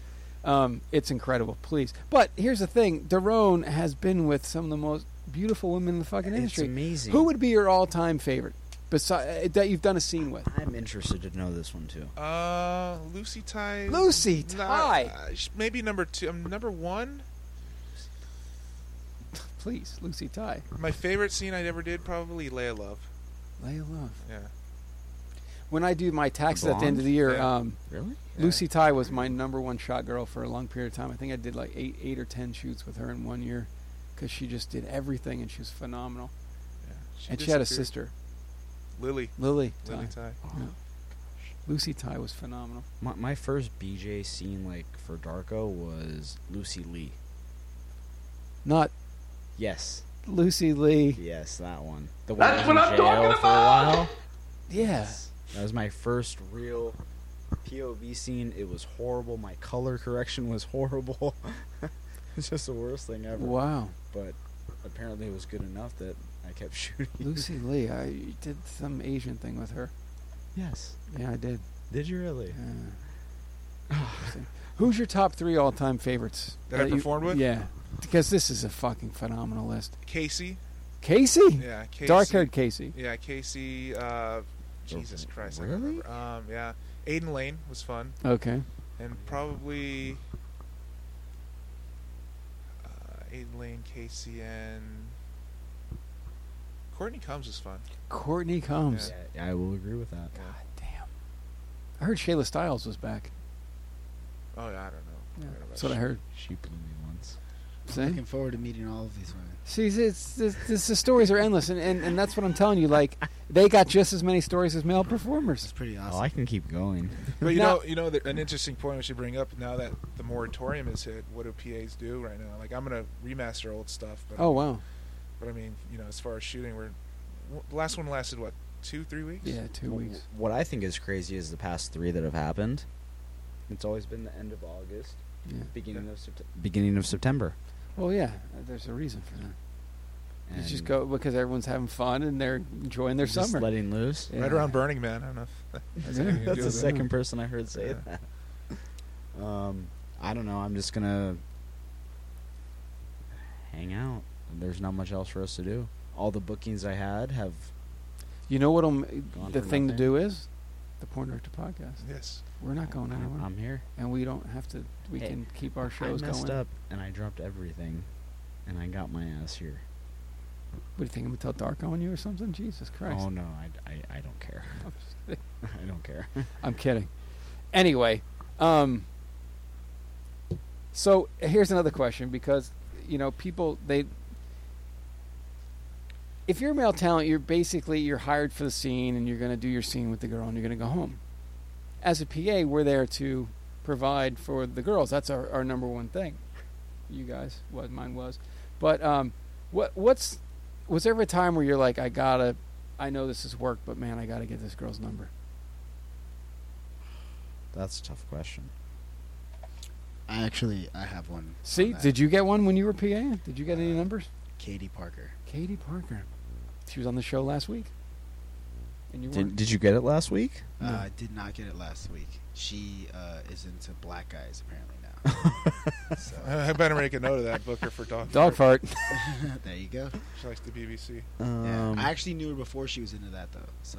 S4: Um, it's incredible. Please. But here's the thing Daron has been with some of the most beautiful women in the fucking
S7: It's
S4: industry.
S7: amazing.
S4: Who would be your all time favorite besi- uh, that you've done a scene with?
S7: I'm interested to know this one too.
S8: Uh, Lucy Ty.
S4: Lucy
S8: Not-
S4: Ty.
S8: uh, sh- maybe number two. Um, number one.
S4: Please, Lucy Ty.
S8: My favorite scene I ever did probably Leia Love.
S4: Lay love.
S8: Yeah.
S4: When I do my taxes at the end of the year,
S8: Yeah.
S4: um,
S7: Really?
S4: Lucy Ty was my number one shot girl for a long period of time. I think I did like eight, eight or ten shoots with her in one year because she just did everything and she was phenomenal.
S8: yeah.
S4: and she had a
S8: disappeared.
S4: sister,
S8: Lily.
S4: Lily Ty.
S8: Lily Ty.
S4: Lucy Ty was phenomenal.
S7: My, my first BJ scene like for Darko was Lucy Lee.
S4: Not
S7: Yes,
S4: Lucy Lee.
S7: yes, that one. The one
S13: That's
S7: that was
S13: what
S7: in
S13: I'm
S7: jail
S13: talking
S7: for a while.
S4: Yeah.
S7: That was my first real POV scene. It was horrible. My color correction was horrible. it's just the worst thing ever.
S4: Wow.
S7: But apparently it was good enough that I kept shooting.
S4: Lucy Lee. I did some Asian thing with her.
S7: Yes.
S4: Yeah, I did.
S7: Did you really?
S4: Yeah. Who's your top three all time favorites?
S8: That I
S4: you-
S8: performed with?
S4: Yeah. Because this is a fucking phenomenal list.
S8: Casey.
S4: Casey?
S8: Yeah. Casey.
S4: Dark haired Oh, Casey.
S8: Yeah. Casey. Uh, Jesus Christ. I can't
S7: Really?
S8: remember. Um, yeah. Aiden Lane was fun.
S4: Okay.
S8: And probably. Uh, Aiden Lane, Casey, and. Courtney Combs was fun.
S4: Courtney Combs.
S7: Yeah, I will agree with that.
S4: God damn. I heard Shayla Styles was back.
S8: Oh, yeah, I don't know. I don't know about
S4: That's what I heard.
S7: She blew me once.
S4: See?
S5: Looking forward to meeting all of these women.
S4: See, it's, it's, it's- the stories are endless, and, and, and that's what I'm telling you. Like, they got just as many stories as male performers.
S5: It's pretty
S7: Oh,
S5: awesome.
S7: I can keep going.
S8: But you
S4: Now-
S8: know, you know, that- an interesting point we should bring up now that the moratorium is hit. What do PAs do right now? Like, I'm gonna remaster old stuff, but
S4: Oh, wow.
S8: but I mean, you know, as far as shooting, we're w- the last one lasted what two, three weeks?
S4: Oh, Yeah, two weeks.
S7: What I think is crazy is the past three that have happened. It's always been the end of August,
S4: Yeah.
S7: beginning of Sept- beginning of September.
S4: Well, yeah, there's a reason for that. You just
S7: And
S4: go because everyone's having fun and they're enjoying their
S7: just
S4: summer.
S7: letting loose.
S4: Yeah.
S8: Right around Burning Man. I don't know. If
S4: Yeah.
S8: anything to do
S7: That's the
S8: with it.
S7: second person I heard say
S8: Yeah.
S7: that. Um, I don't know. I'm just gonna hang out. There's not much else for us to do. All the bookings I had have
S4: You know what
S7: Gone
S4: the
S7: for
S4: thing to
S7: nothing.
S4: do is? The Porn Director Podcast.
S8: yes.
S4: We're not going anywhere.
S7: I'm here.
S4: and we don't have to, we
S7: Hey,
S4: can keep our shows
S7: I messed
S4: going.
S7: up and I dropped everything, and I got my ass here.
S4: What do you think? I'm going to tell Darko on you or something? Jesus Christ.
S7: Oh no, I, I, I don't care.
S4: I'm just kidding.
S7: I don't care.
S4: I'm kidding. Anyway, um, so here's another question because you know people they if you're a male talent, you're basically you're hired for the scene and you're going to do your scene with the girl and you're going to go home. As a PA, we're there to provide for the girls. That's our, our number one thing. You guys, what mine was, but um, what what's was there ever a time where you're like, I gotta, I know this is work, but man, I gotta get this girl's number.
S7: That's a tough question.
S5: I actually I have one.
S4: See,
S5: on that.
S4: did you get one when you were PA? Did you get any
S5: Uh,
S4: numbers?
S5: Katie Parker?
S4: Katie Parker. She was on the show last week. And you
S7: Did,
S4: weren't.
S7: did you get it last week?
S4: No.
S5: Uh, I did not get it last week. She uh, is into black guys apparently now. so
S8: I better make a note of that Booker for dog.
S4: Dog
S8: Fart.
S4: fart.
S5: there you go.
S8: She likes the BBC.
S7: Um,
S5: Yeah. I actually knew her before she was into that though, so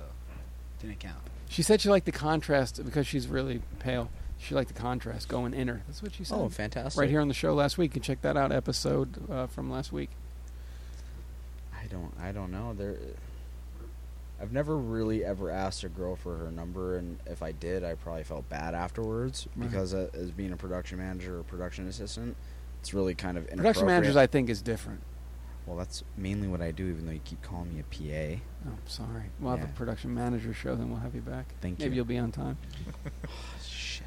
S5: didn't count.
S4: She said she liked the contrast because she's really pale. She liked the contrast going in her. That's what she said.
S7: oh, fantastic!
S4: right here on the show last week. You can check that out episode uh, from last week.
S7: I don't. I don't know. There. I've never really ever asked a girl for her number, and if I did, I probably felt bad afterwards
S4: Right.
S7: because uh, as being a production manager or production assistant, it's really kind of
S4: Production managers, I
S7: inappropriate.
S4: think, is different.
S7: well, that's mainly what I do. Even though you keep calling me a PA,
S4: Oh, I'm sorry. We'll have
S7: Yeah.
S4: a production manager show, then we'll have you back.
S7: Thank
S4: Maybe
S7: you.
S4: you'll be on time.
S7: shit.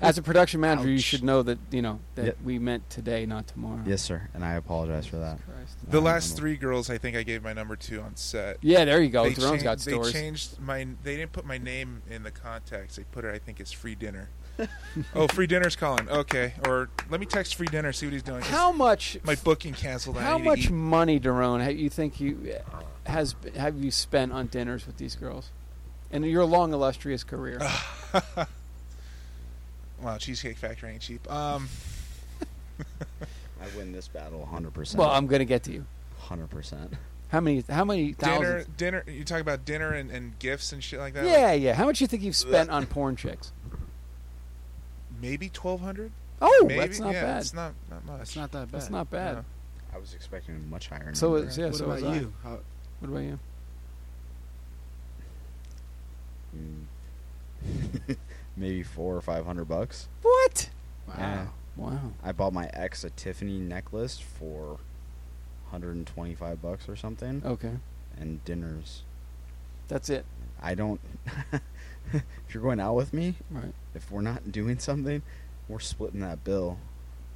S4: As a production manager, you
S7: Ouch.
S4: should know that you know that
S7: Yep.
S4: we meant today, not tomorrow.
S7: Yes, sir. And I apologize for that.
S4: Christ.
S7: I
S8: The
S7: don't
S8: last
S7: know.
S8: three girls, I think I gave my number to on set.
S4: Yeah, there you go.
S8: They
S4: Theron's
S8: changed-
S4: got
S8: They
S4: stories.
S8: changed my. They didn't put my name in the contacts. They put it, I think, as free dinner. oh, free dinner's calling. Okay, or let me text free dinner. See what he's doing. 'cause
S4: How much?
S8: my booking canceled. I
S4: How
S8: need to
S4: much
S8: eat.
S4: money, Daron, have you think you eh, has have you spent on dinners with these girls? And your long illustrious career.
S8: Wow, Cheesecake Factory ain't cheap. Um,
S7: I win this battle 100%.
S4: well, I'm going to get to you.
S7: 100%.
S4: How many? How many
S8: dinner,
S4: thousands?
S8: dinner. You talk about dinner and, and gifts and shit like that.
S4: yeah,
S8: like
S4: yeah. How much you think you've spent on porn chicks?
S8: maybe twelve hundred.
S4: Oh,
S8: Maybe
S4: that's not
S8: yeah,
S4: bad.
S8: It's not not much.
S5: It's not that bad.
S4: That's not bad.
S8: No.
S7: I was expecting a much higher
S4: So
S7: number.
S4: it's yeah.
S5: what
S4: so
S5: about
S4: was I.
S5: you? How,
S4: What about you?
S7: Mm. Maybe four or five hundred bucks.
S4: What?
S5: wow.
S7: Yeah.
S4: Wow.
S7: I bought my ex a Tiffany necklace for 125 bucks or something,
S4: Okay,
S7: and dinners.
S4: that's it.
S7: I don't. if you're going out with me,
S4: Right.
S7: if we're not doing something, we're splitting that bill.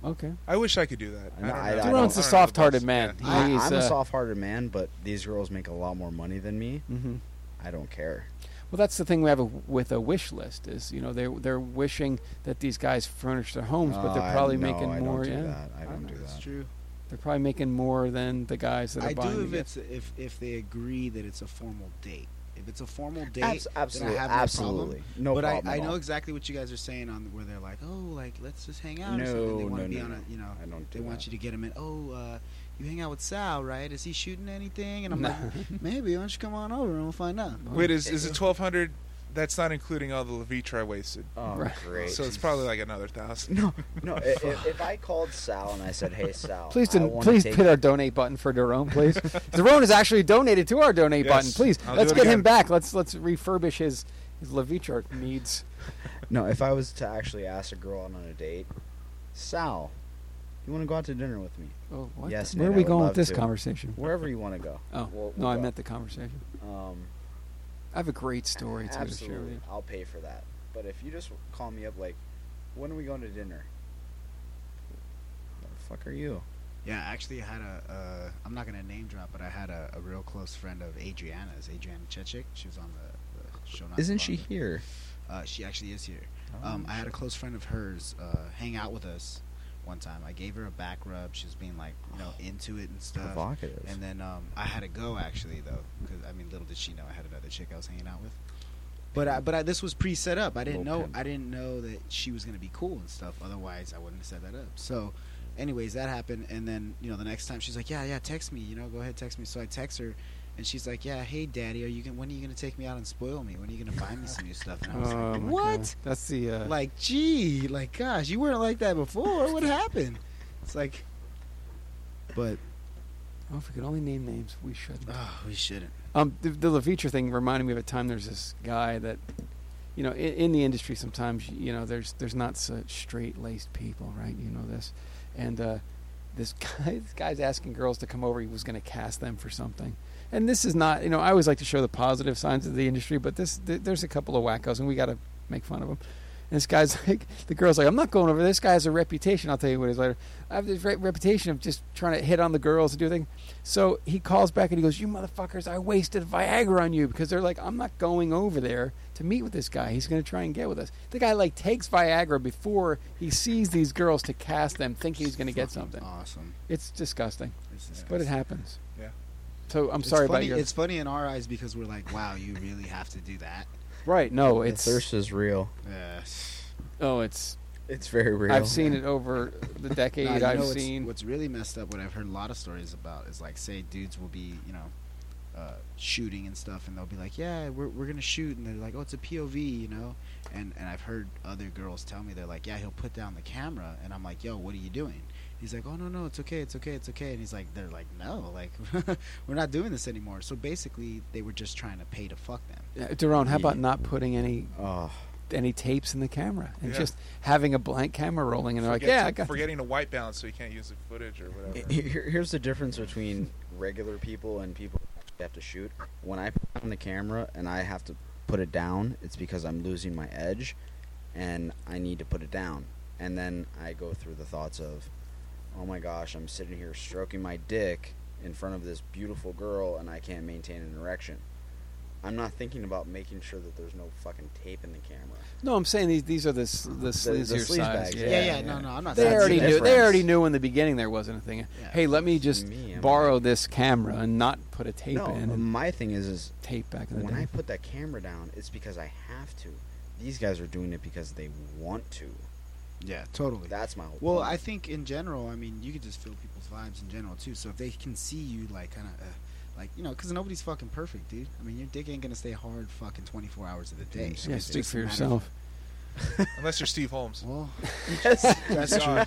S4: Okay.
S8: I wish I could do that. I
S7: No,
S8: don't
S7: I-
S8: know.
S7: I
S8: I
S7: don't-
S8: don't
S7: Daron's
S8: know
S7: a
S8: the
S4: soft-hearted
S8: best.
S4: man.
S8: Yeah.
S7: I,
S4: He's,
S7: I'm a
S4: uh,
S7: soft-hearted man, but these girls make a lot more money than me.
S4: Mm-hmm.
S7: I don't care.
S4: Well, that's the thing we have a, with a wish list is you know they're they're wishing that these guys furnish their homes, but
S7: Uh,
S4: they're
S7: I-
S4: probably
S7: no,
S4: making
S7: I
S4: more.
S7: Don't do
S4: yeah,
S7: that. I don't do
S5: Ah, That's
S7: that.
S5: true.
S4: they're probably making more than the guys that are
S5: I
S4: buying.
S5: do if
S4: the
S5: it's if if they agree that it's a formal date. If it's a formal date,
S7: Abs-
S5: then I
S7: absolutely,
S5: have no problem.
S7: absolutely, no
S5: but
S7: problem.
S5: I, I
S7: at
S5: know
S7: all.
S5: exactly what you guys are saying on where they're like, oh, like let's just hang out. or
S7: No,
S5: something. They want
S7: no,
S5: to be
S7: no,
S5: on
S7: no.
S5: a, you know,
S7: I don't
S5: they
S7: do
S5: want
S7: that.
S5: you to get them in. Oh, uh, you hang out with Sal, right? Is he shooting anything? And I'm like, maybe. Why don't you come on over and we'll find out.
S8: Wait, is is it twelve hundred? That's not including all the Levitra I wasted.
S7: Oh,
S4: Right.
S7: great.
S8: So it's probably like another thousand.
S7: No, no. i- i- if, if I called Sal and I said, "Hey, Sal,
S4: Please,
S7: I
S4: do,
S7: wanna
S4: please
S7: take-
S4: hit our donate button for Daron, please. Daron has actually donated to our donate
S8: Yes,
S4: button. Please,
S8: I'll
S4: let's
S8: do it
S4: get him
S8: again.
S4: back. Let's let's refurbish his his Levichart needs.
S7: no, if I was to actually ask a girl out on a date, Sal, you want to go out to dinner with me?
S4: Oh, what?
S7: Yes,
S4: Where
S7: Nate,
S4: are
S7: I
S4: we
S7: would
S4: going
S7: love
S4: with this
S7: to.
S4: conversation?
S7: Wherever you want to go.
S4: Oh,
S7: We'll-
S4: no,
S7: we'll
S4: I
S7: go.
S4: meant the conversation.
S7: Um,
S4: I have a great story too, to share with
S7: absolutely,
S4: you.
S7: I'll pay for that. But if you just call me up, like, when are we going to dinner? What the fuck are you?
S5: Yeah, actually, I had a. Uh, I'm not gonna name drop, but I had a, a real close friend of Adriana's, Adriana Chechik. She was on the, the show. not too
S7: Isn't
S5: long
S7: she Oh,
S5: ago.
S7: here?
S5: Uh, she actually is here. Um, I had a close friend of hers uh, hang out with us one time. I gave her a back rub. She was being like, you know, into it and stuff.
S7: Provocative.
S5: And then um, I had to go actually though, because I mean, little did she know I had another chick I was hanging out with. But I, but I, this was pre set up. I didn't know
S7: Little pimp.
S5: I didn't know that she was gonna be cool and stuff. Otherwise, I wouldn't have set that up. So, anyways, that happened. And then you know the next time she's like, yeah yeah, text me. You know, go ahead text me. So I text her. And she's like, "Yeah, hey, daddy, are you gonna, when are you gonna take me out and spoil me? When are you gonna buy me some new stuff?" And I was
S4: Oh,
S5: like,
S4: my
S5: "What?
S4: God. That's the uh,
S5: like gee like gosh you weren't like that before what happened it's like but
S4: Oh, if we could only name names, we should.
S5: oh we shouldn't
S4: Um, the, the LaVitra thing reminded me of a time. There's this guy that, you know, in, in the industry sometimes you know there's there's not such straight laced people, right? You know this, and uh, this guy this guy's asking girls to come over. He was going to cast them for something, and this is not you know I always like to show the positive signs of the industry, but this th- there's a couple of wackos and we got to make fun of them. And this guy's like, the girl's like, I'm not going over. there. This guy has a reputation. I'll tell you what he's later. I have this re- reputation of just trying to hit on the girls and do things. So he calls back and he goes, "You motherfuckers, I wasted Viagra on you because they're like, I'm not going over there to meet with this guy. He's going to try and get with us." The guy like takes Viagra before he sees these girls to cast them, thinking he's going to get something.
S5: awesome
S4: It's disgusting,
S5: it's,
S4: but
S5: disgusting.
S4: it happens.
S8: Yeah.
S4: So I'm
S5: It's
S4: sorry
S5: funny,
S4: about your
S5: it's funny in our eyes because we're like wow you really have to do that
S4: right. No, it's
S7: the thirst is real.
S5: yeah
S4: oh, it's
S7: It's very real.
S4: I've seen it over the
S5: Nah,
S4: decade.
S5: you
S4: I've
S5: know, what's,
S4: seen
S5: what's really messed up what i've heard a lot of stories about is like say dudes will be you know uh, shooting and stuff and they'll be like yeah we're, we're gonna shoot and they're like oh it's a pov you know and and i've heard other girls tell me they're like yeah he'll put down the camera and i'm like yo what are you doing he's like oh no no it's okay it's okay it's okay and he's like they're like no like we're not doing this anymore so basically they were just trying to pay to fuck them
S4: Uh, Daron. How about not putting any
S7: Oh,
S4: any tapes in the camera and
S8: Yeah.
S4: just having a blank camera rolling and they're like,
S8: Forget
S4: "Yeah,
S8: to-
S4: I got."
S8: forgetting to white balance so you can't use the footage or whatever.
S7: Here- Here's the difference between regular people and people that actually have to shoot. When I put on the camera and I have to put it down, it's because I'm losing my edge, and I need to put it down. And then I go through the thoughts of, oh my gosh, I'm sitting here stroking my dick in front of this beautiful girl and I can't maintain an erection. I'm not thinking about making sure that there's no fucking tape in the camera.
S4: No, I'm saying these these are the s- the, s-
S7: The- the
S4: these are
S7: sleaze
S4: size.
S7: bags, yeah. Yeah, yeah, no, no, I'm not
S4: They
S7: saying that's
S4: already knew.
S7: the
S4: They
S7: difference.
S4: already knew in the beginning there wasn't a thing. hey, let me just
S7: me, I'm
S4: borrow this camera and not put a tape
S7: no,
S4: in. And
S7: my thing is is
S4: tape back in the
S7: when
S4: day.
S7: I put that camera down, it's because I have to. These guys are doing it because they want to.
S5: Yeah, totally.
S7: That's my whole
S5: Well,
S7: point.
S5: I think in general, I mean, you could just feel people's vibes in general too. So if they can see you, like, kind of, uh, like, you know, because nobody's fucking perfect, dude. I mean, your dick ain't gonna stay hard fucking 24 hours of the day.
S4: yeah,
S5: It's
S4: speak
S5: just
S4: for
S5: a matter of-
S4: yourself.
S8: Unless you're Steve Holmes.
S5: Well,
S7: Yes.
S5: that's true.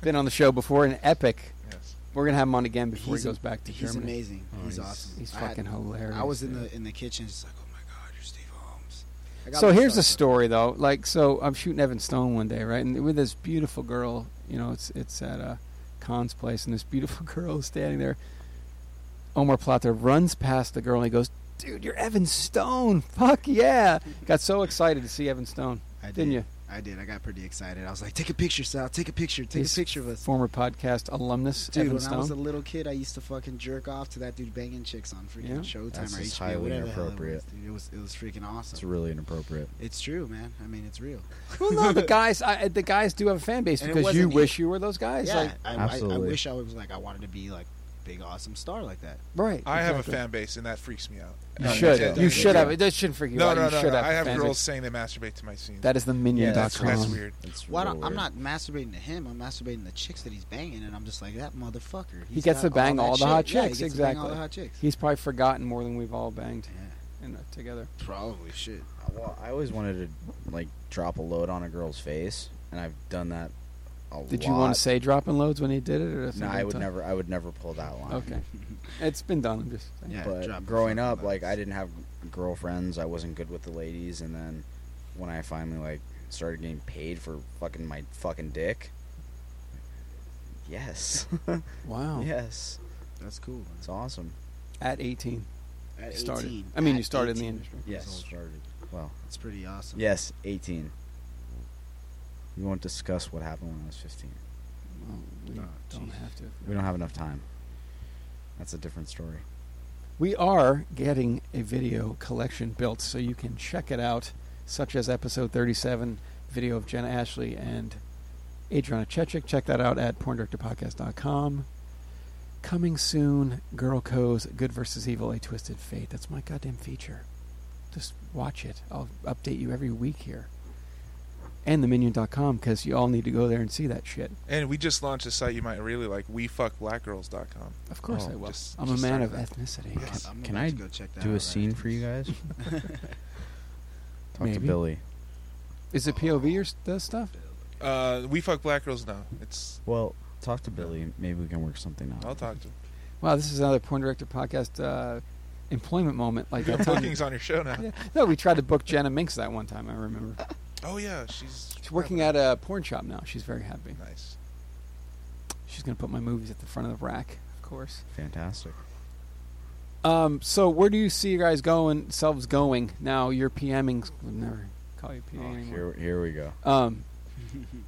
S4: Been on the show before. An epic.
S8: Yes.
S4: We're gonna have him on again before
S5: He's
S4: he
S5: a-
S4: goes back to
S5: He's
S4: Germany.
S5: amazing.
S7: Oh,
S5: he's,
S7: he's-
S5: awesome.
S4: He's
S5: I had-
S4: fucking hilarious.
S5: I was in
S4: dude.
S5: the in the kitchen, just like, oh my god, you're Steve Holmes. I got
S4: So
S5: my
S4: here's a
S5: shots up.
S4: story though. Like, so I'm shooting Evan Stone one day, right? And with this beautiful girl, you know, it's it's at uh, Khan's place, and this beautiful girl is standing there. Omar Plater runs past the girl and he goes, "Dude, you're Evan Stone! Fuck yeah!" Got so excited to see Evan Stone,
S5: I did.
S4: didn't you?
S5: I did. I got pretty excited. I was like, take a picture, Sal. Take a picture. Take
S4: He's
S5: a picture of us.
S4: Former podcast alumnus
S5: Dude,
S4: Evan
S5: when I was a
S4: Stone.
S5: little kid, I used to fucking jerk off to that dude banging chicks on freaking
S4: Yeah.
S5: Showtime
S7: That's
S5: or
S7: just
S5: HBO,
S7: highly
S5: whatever
S7: inappropriate.
S5: The hell it, was, dude. it was it was freaking awesome.
S7: It's really inappropriate.
S5: It's true, man. I mean, it's real.
S4: well, no, the guys, I, the guys do have a fan base
S5: And it
S4: because you
S5: wasn't-
S4: wish you were those guys.
S5: yeah,
S4: Like,
S5: I, I, I
S7: Absolutely.
S5: wish I was like I wanted to be like big awesome star like that.
S4: right.
S8: I have a
S4: exactly.
S8: fan base, and that freaks me out.
S4: You
S8: Uh,
S4: should.
S8: that-
S4: you
S8: that-
S4: should have. That shouldn't freak you
S8: No,
S4: out.
S8: no,
S4: you
S8: no.
S4: should
S8: no.
S4: have.
S8: I have
S4: fan
S8: girls
S4: base.
S8: saying they masturbate to my scenes.
S4: That is the minion.com.
S7: Yeah, that's
S8: that's weird.
S7: It's
S5: Well, I
S7: real
S5: don't, I'm
S7: weird.
S5: not masturbating to him. I'm masturbating the chicks that he's banging, and I'm just like that motherfucker.
S4: He
S5: He's
S4: gets to
S5: got
S4: bang
S5: that
S4: all the hot
S5: shit. Yeah, he
S4: chicks,
S5: gets to bang all
S4: exactly.
S5: the hot chicks.
S4: He's probably forgotten more than we've all banged
S5: Yeah,
S4: in, uh, together.
S5: probably shit.
S7: Uh, Well, I always wanted to like drop a load on a girl's face, and I've done that a lot.
S4: Did you want to say dropping loads when he did it? Or
S7: No,
S4: something
S7: I
S4: like
S7: would
S4: that?
S7: never. I would never pull that line.
S4: Okay. it's been done. I'm just saying.
S5: Yeah,
S7: but
S5: drop the
S7: growing
S5: fucking
S7: up, like
S5: buttons.
S7: I didn't have girlfriends. I wasn't good with the ladies, and then when I finally like started getting paid for fucking my fucking dick, yes,
S5: Oh.
S4: Wow.
S7: yes,
S5: That's cool. Man.
S7: it's awesome.
S4: At 18.
S5: At
S4: You started.
S5: 18,
S4: I mean,
S5: at
S4: you started in the
S5: 18,
S4: industry.
S7: Yes.
S5: it's all started.
S7: Well,
S5: It's pretty awesome.
S7: yes, eighteen. We won't discuss what happened when I was fifteen.
S4: Well, we
S5: Oh,
S4: don't
S5: Jesus.
S4: have to.
S7: We don't have enough time. That's a different story.
S4: We are getting a video collection built so you can check it out, such as episode 37, video of Jenna Ashley and Adriana Chechik. Check that out at porndirectorpodcast.com. Coming soon, Girl Co's Good versus Evil, A Twisted Fate. That's my goddamn feature. Just watch it. I'll update you every week here. And theminion.com because you all need to go there and see that shit.
S8: And we just launched a site you might really like, wefuckblackgirls.com.
S4: Of course
S7: Oh,
S4: I will.
S8: just-
S4: I'm
S8: just
S4: a man
S8: start
S4: of
S8: that.
S4: ethnicity.
S5: Yes, I'm
S7: Can
S5: about
S7: I
S5: to go check that
S7: Do
S5: out
S7: a
S5: right
S7: scene
S5: after
S7: for you
S5: this.
S7: guys. Talk to
S4: Maybe.
S7: Billy.
S4: Is it POV or s- the stuff?
S8: Uh, we fuck black girls now. It's
S7: Well, talk to Billy. Maybe we can work something out.
S8: I'll talk to him.
S4: Wow, this is another porn director podcast uh, employment moment. Like that time.
S8: Bookings on your show now.
S4: Yeah. No, we tried to book Jenna Minks that one time. I remember.
S8: Oh yeah, she's
S4: She's working at a porn shop now. She's very happy.
S8: nice.
S4: She's going to put my movies at the front of the rack, of course.
S7: Fantastic.
S4: Um, so where do you see you guys going, selves going now? You're PMing. We'll never call you PMing
S7: Oh,
S4: anymore.
S7: here, here we go.
S4: Um,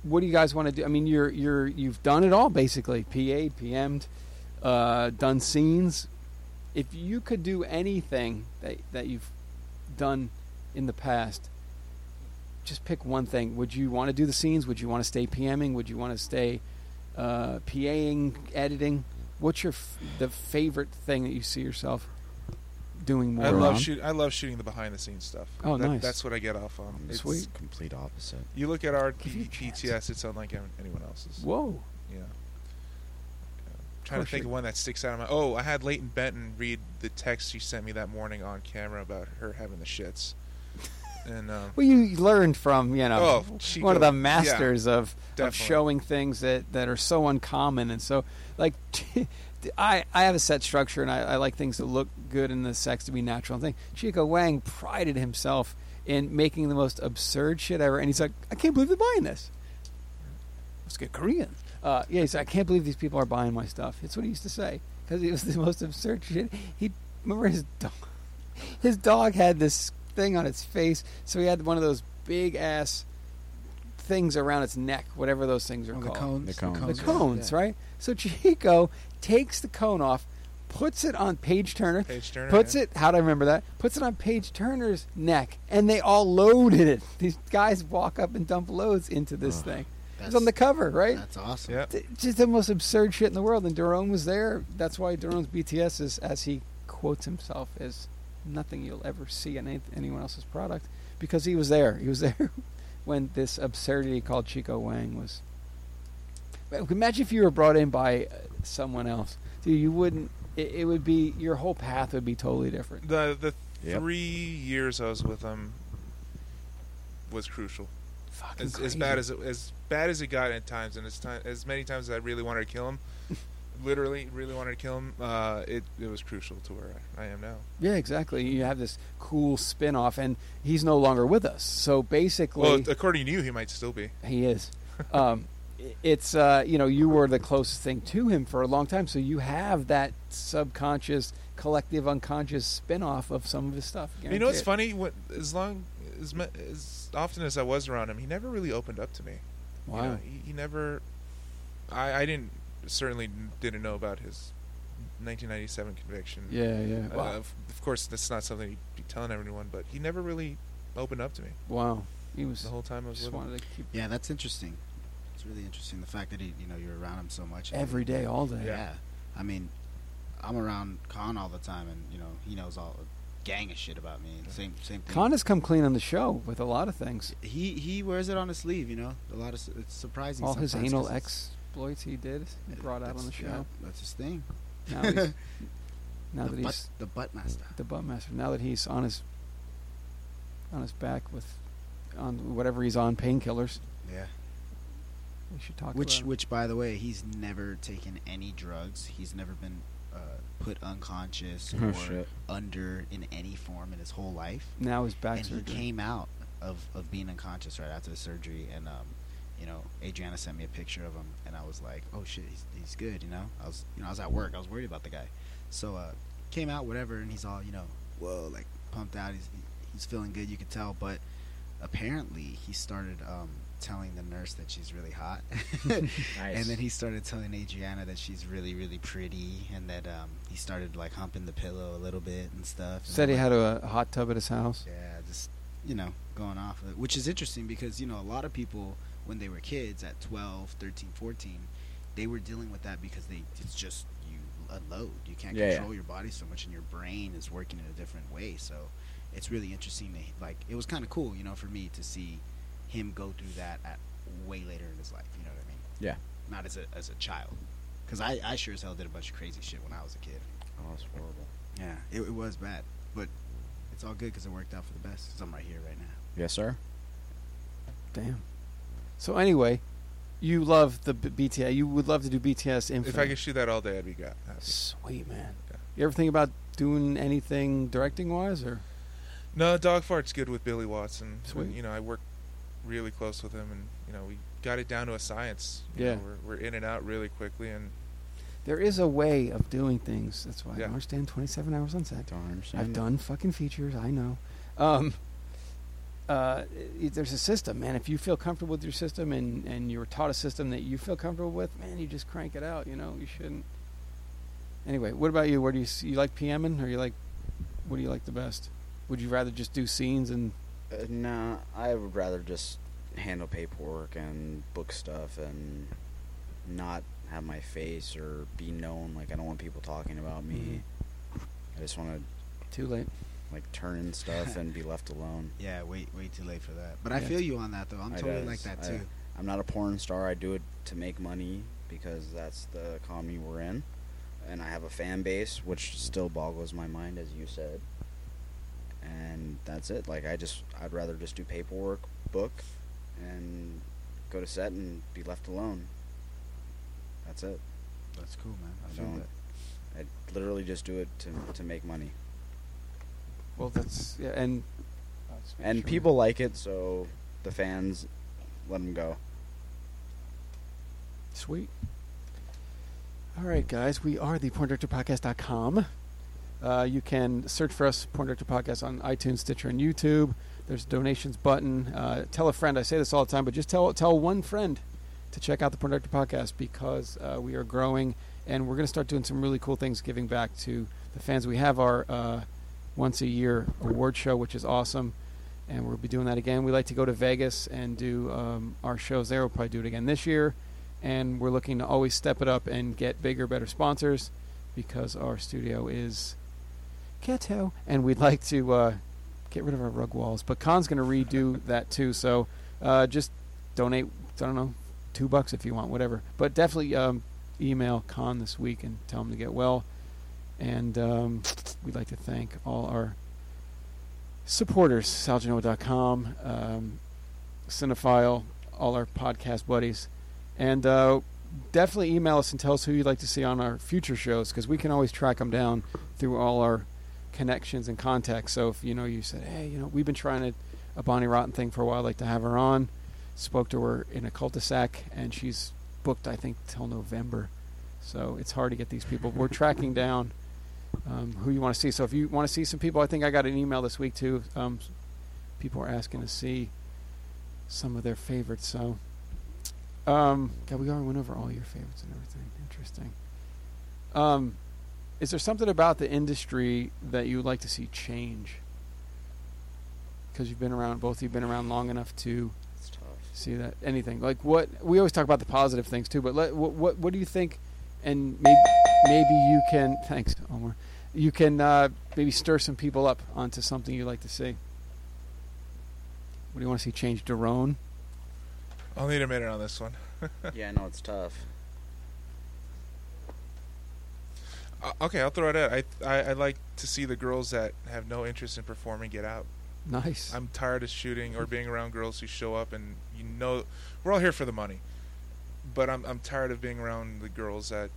S4: what do you guys want to do? I mean, you're you're you've done it all basically. PA, PM'd, uh, done scenes. If you could do anything that that you've done in the past, just pick one thing. Would you want to do the scenes? Would you want to stay PMing? Would you want to stay uh, PAing, editing? What's your f- the favorite thing that you see yourself doing more?
S8: I love
S4: of?
S8: shoot. I love shooting the behind the scenes stuff.
S4: Oh,
S8: That-
S4: nice.
S8: That's what I get off on. It's-
S4: Oh, Sweet.
S7: Complete opposite.
S8: You look at our
S4: Give you a
S8: P- PTS. It's unlike any- anyone else's.
S4: Whoa.
S8: Yeah. Yeah. Trying to
S4: course
S8: think
S4: you-
S8: of one that sticks out of my. Oh, I had Leighton Benton read the text she sent me that morning on camera about her having the shits, and um,
S4: Well, you learned from you know
S8: Oh, Chico.
S4: one of the masters of, of
S8: definitely.
S4: showing things that, that are so uncommon and so like I I have a set structure and I, I like things that look good and the sex to be natural and thing. Chico Wang prided himself in making the most absurd shit ever, and he's like, I can't believe they're buying this. Let's get Korean. Uh, yeah, he's like, I can't believe these people are buying my stuff. That's what he used to say because it was the most absurd shit. He remember his dog. His dog had this thing on its face, so he had one of those big ass things around its neck, whatever those things are
S5: Oh, the
S4: called.
S5: cones.
S7: The cones.
S4: The
S7: yeah.
S4: cones,
S5: yeah.
S4: right? So Chico takes the cone off, puts it on Paige Turner,
S8: Paige Turner,
S4: puts
S8: yeah.
S4: it. How do I remember that? Puts it on Paige Turner's neck, and they all loaded it. These guys walk up and dump loads into this thing. It was
S5: That's-
S4: on the cover, right?
S5: That's awesome.
S8: Yeah.
S4: Th- Just the most absurd shit in the world. And Daron was there. That's why Daron's BTS is, as he quotes himself, is nothing you'll ever see in any, anyone else's product because he was there. He was there when this absurdity called Chico Wang was. Well, Imagine if you were brought in by uh, someone else. Dude, you wouldn't. It, it would be your whole path would be totally different.
S8: The the
S7: Yep.
S8: three years I was with him was crucial.
S4: Fucking
S8: As, as
S4: crazy.
S8: bad as it, as bad as it got at times, and as time as many times as I really wanted to kill him, literally really wanted to kill him. Uh, it it was crucial to where I am now.
S4: yeah, exactly. You have this cool spin off, and he's no longer with us. So basically,
S8: Well, according to you, he might still be.
S4: He is. Um, i- it's uh, you know you were the closest thing to him for a long time, so you have that subconscious, collective, unconscious spin-off of some of his stuff.
S8: you know what's
S4: guarantee
S8: funny? What as long as mu- as often as I was around him, he never really opened up to me.
S4: it.
S8: You
S4: Wow.
S8: know, he, he never. I, I didn't certainly didn't know about his 1997 conviction.
S4: Yeah, yeah.
S8: Uh,
S4: Wow.
S8: of, of course, that's not something he'd be telling everyone, but he never really opened up to me
S4: wow. He was
S8: the whole time I was
S4: just
S8: with him.
S4: wanted to keep
S5: Yeah, that's interesting. It's really interesting the fact that he, you know, you're around him so much
S4: every day, all day.
S5: Yeah. I mean, I'm around Khan all the time, and you know, he knows all a gang of shit about me. and Same, same thing.
S4: Khan has come clean on the show with a lot of things.
S5: he he wears it on his sleeve. You know, a lot of s- it's surprising.
S4: All his
S5: sometimes
S4: anal
S5: 'cause it's-
S4: exploits he did he brought out on the
S5: that's- yeah,
S4: show.
S5: that's his thing.
S4: Now, he's, now
S5: the,
S4: that
S5: butt,
S4: he's
S5: the butt master.
S4: the butt master. Now that he's on his on his back with on whatever he's on painkillers,
S5: Yeah.
S4: we should talk
S5: Which,
S4: about.
S5: which, by the way, he's never taken any drugs. He's never been uh, put unconscious
S7: Oh,
S5: or
S7: shit.
S5: under in any form in his whole life.
S4: Now his back
S5: and he
S4: surgery.
S5: came out of, of being unconscious right after the surgery and um you know adriana sent me a picture of him and i was like oh shit he's, he's good you know i was you know i was at work i was worried about the guy so uh came out whatever and he's all you know whoa like pumped out he's he's feeling good you could tell but apparently he started um telling the nurse that she's really hot and then he started telling adriana that she's really really pretty and that um he started like humping the pillow a little bit and stuff and
S4: Said
S5: I'm
S4: he had
S5: like,
S4: a, a hot tub at his house.
S5: yeah, just you know, going off of it, which is interesting because you know a lot of people when they were kids at 12, 13, 14, they were dealing with that because they it's just you unload. You can't
S7: Yeah, yeah.
S5: control your body so much and your brain is working in a different way. So it's really interesting to like it was kind of cool, you know, for me to see him go through that at way later in his life, you know what I mean?
S7: Yeah.
S5: Not as a as a child. Cuz I I sure as hell did a bunch of crazy shit when I was a kid.
S7: Oh, that's horrible.
S5: Yeah, it, it was bad, but it's all good because it worked out for the best. Cause I'm right here right now.
S7: Yes, sir.
S4: Damn. So anyway, you love the B- BTS. You would love to do BTS Infinite.
S8: If I could shoot that all day, I'd be got.
S4: Sweet man.
S8: Yeah.
S4: You ever think about doing anything directing wise, or
S8: No, dog fart's good with Billy Watson.
S4: Sweet.
S8: You know, I work really close with him, and you know, we got it down to a science. You
S4: Yeah.
S8: know, we're, we're in and out really quickly, and
S4: there is a way of doing things. That's why I
S8: Yeah.
S4: don't understand. Twenty-seven hours on set.
S7: Don't understand.
S4: I've done fucking features. I know. Um, uh, i- there's a system, man. If you feel comfortable with your system and, and you were taught a system that you feel comfortable with, man, you just crank it out. You know, you shouldn't. Anyway, what about you? Where do you s- you like PMing or you like? What do you like the best? Would you rather just do scenes and
S7: Uh, nah, I would rather just handle paperwork and book stuff and not have my face or be known. Like I don't want people talking about me. I just want to
S4: too late?
S7: like turn in stuff and be left alone.
S5: Yeah, wait, way too late for that. But I
S4: Yeah.
S5: feel you on that though. I'm
S7: I
S5: totally
S7: does.
S5: like that
S7: I-
S5: too.
S7: I'm not a porn star. I do it to make money because that's the economy we're in, and I have a fan base, which still boggles my mind, as you said. And that's it. Like I just, I'd rather just do paperwork, book, and go to set and be left alone. That's it.
S5: That's cool, man.
S7: I
S5: I feel
S7: don't.
S5: it.
S7: I literally just do it to to make money,
S4: Well, that's yeah, and
S7: and people like it, so the fans let them go.
S4: Sweet. All right, guys, we are the PornDirectorPodcast.com. Uh, you can search for us, Porn Director Podcast, on iTunes, Stitcher, and YouTube. There's a donations button. Uh, tell a friend. I say this all the time, but just tell tell one friend to check out the Porn Director Podcast because uh, we are growing and we're going to start doing some really cool things, giving back to the fans. We have our uh, once a year award show, which is awesome, and we'll be doing that again. We like to go to Vegas and do um, our shows there. We'll probably do it again this year, and we're looking to always step it up and get bigger, better sponsors because our studio is ghetto, and we'd like to uh, get rid of our rug walls. But Khan's going to redo that too, so uh, just donate. I don't know, two bucks if you want, whatever. But definitely um, email Khan this week and tell him to get well. And um, we'd like to thank all our supporters, salgenoa.com, um, Cinephile, all our podcast buddies. And uh, definitely email us and tell us who you'd like to see on our future shows because we can always track them down through all our connections and contacts. So if you know you said, hey, you know, we've been trying to, a Bonnie Rotten thing for a while, I'd like to have her on. Spoke to her in a cul-de-sac, and she's booked, I think, till November. So it's hard to get these people. We're tracking down um, who you want to see. So if you want to see some people, I think I got an email this week too. Um, s- people are asking to see some of their favorites. So, um, God, we already went over all your favorites and everything. Interesting. Um, is there something about the industry that you would like to see change? Because you've been around, both of you've been around long enough to
S14: It's tough.
S4: see that anything like what we always talk about the positive things too but let, what, what what do you think and maybe maybe you can thanks Omar you can uh, maybe stir some people up onto something you'd like to see what do you want to see change Daron
S8: I'll need a minute on this one.
S14: yeah, I know it's tough.
S8: Uh, okay, I'll throw it out. I, I I like to see the girls that have no interest in performing get out.
S4: nice
S8: I'm tired of shooting or being around girls who show up and you know we're all here for the money. But I'm I'm tired of being around the girls that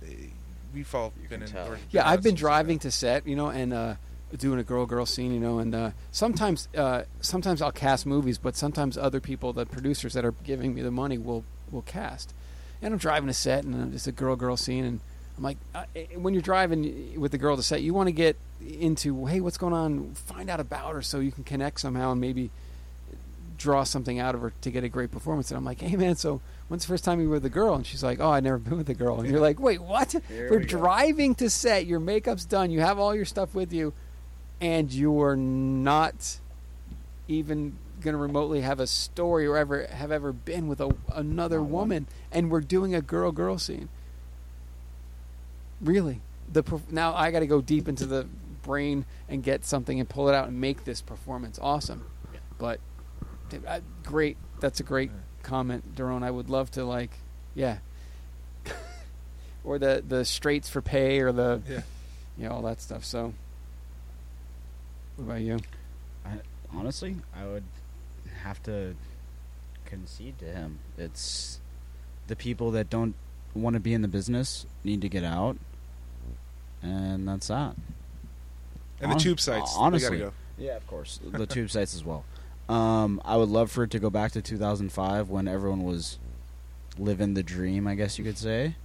S8: they, we've all been in.
S14: tell.
S8: or
S4: yeah
S8: around
S4: I've been
S8: since then.
S4: driving to set you know and uh doing a girl girl scene you know and uh sometimes uh sometimes I'll cast movies but sometimes other people the producers that are giving me the money will will cast and I'm driving a set and it's a girl girl scene and I'm like uh, when you're driving with the girl to set you want to get into hey what's going on find out about her so you can connect somehow and maybe draw something out of her to get a great performance and I'm like hey man so when's the first time you were with a girl and she's like oh I never been with a girl and you're like wait what
S14: Here
S4: we're
S14: we go.
S4: driving to set your makeup's done you have all your stuff with you and you're not even going to remotely have a story or ever have ever been with a, another
S14: Not one.
S4: woman and we're doing a girl girl scene really the perf- now i got to go deep into the brain and get something and pull it out and make this performance awesome but dude, I, great that's a great comment Daron. i would love to like yeah or the the straights for pay or the
S8: Yeah.
S4: you know all that stuff so what about you
S7: Honestly, I would have to concede to him. It's the people that don't want to be in the business need to get out, and that's that.
S8: And the
S7: Hon-
S8: tube sites. they
S7: honestly.
S8: gotta go.
S7: Yeah, of course. The tube sites as well. Um, I would love for it to go back to 2005 when everyone was living the dream, I guess you could say.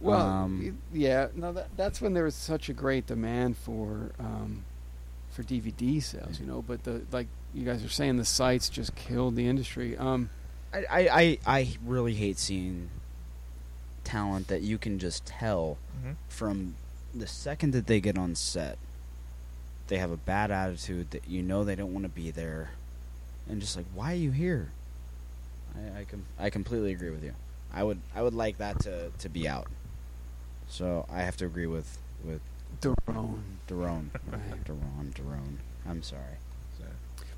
S4: Well,
S7: Um,
S4: y- yeah, no, that, that's when there was such a great demand for um, for DVD sales, you know. But the like you guys are saying, the sites just killed the industry. Um,
S7: I, I, I, I really hate seeing talent that you can just tell
S8: Mhm.
S7: from the second that they get on set. They have a bad attitude that you know they don't want to be there, and just like, why are you here? I, I, com- I completely agree with you. I would I would like that to, to be out. So I have to agree with with
S4: Daron.
S7: Daron. Daron, Daron. I'm sorry.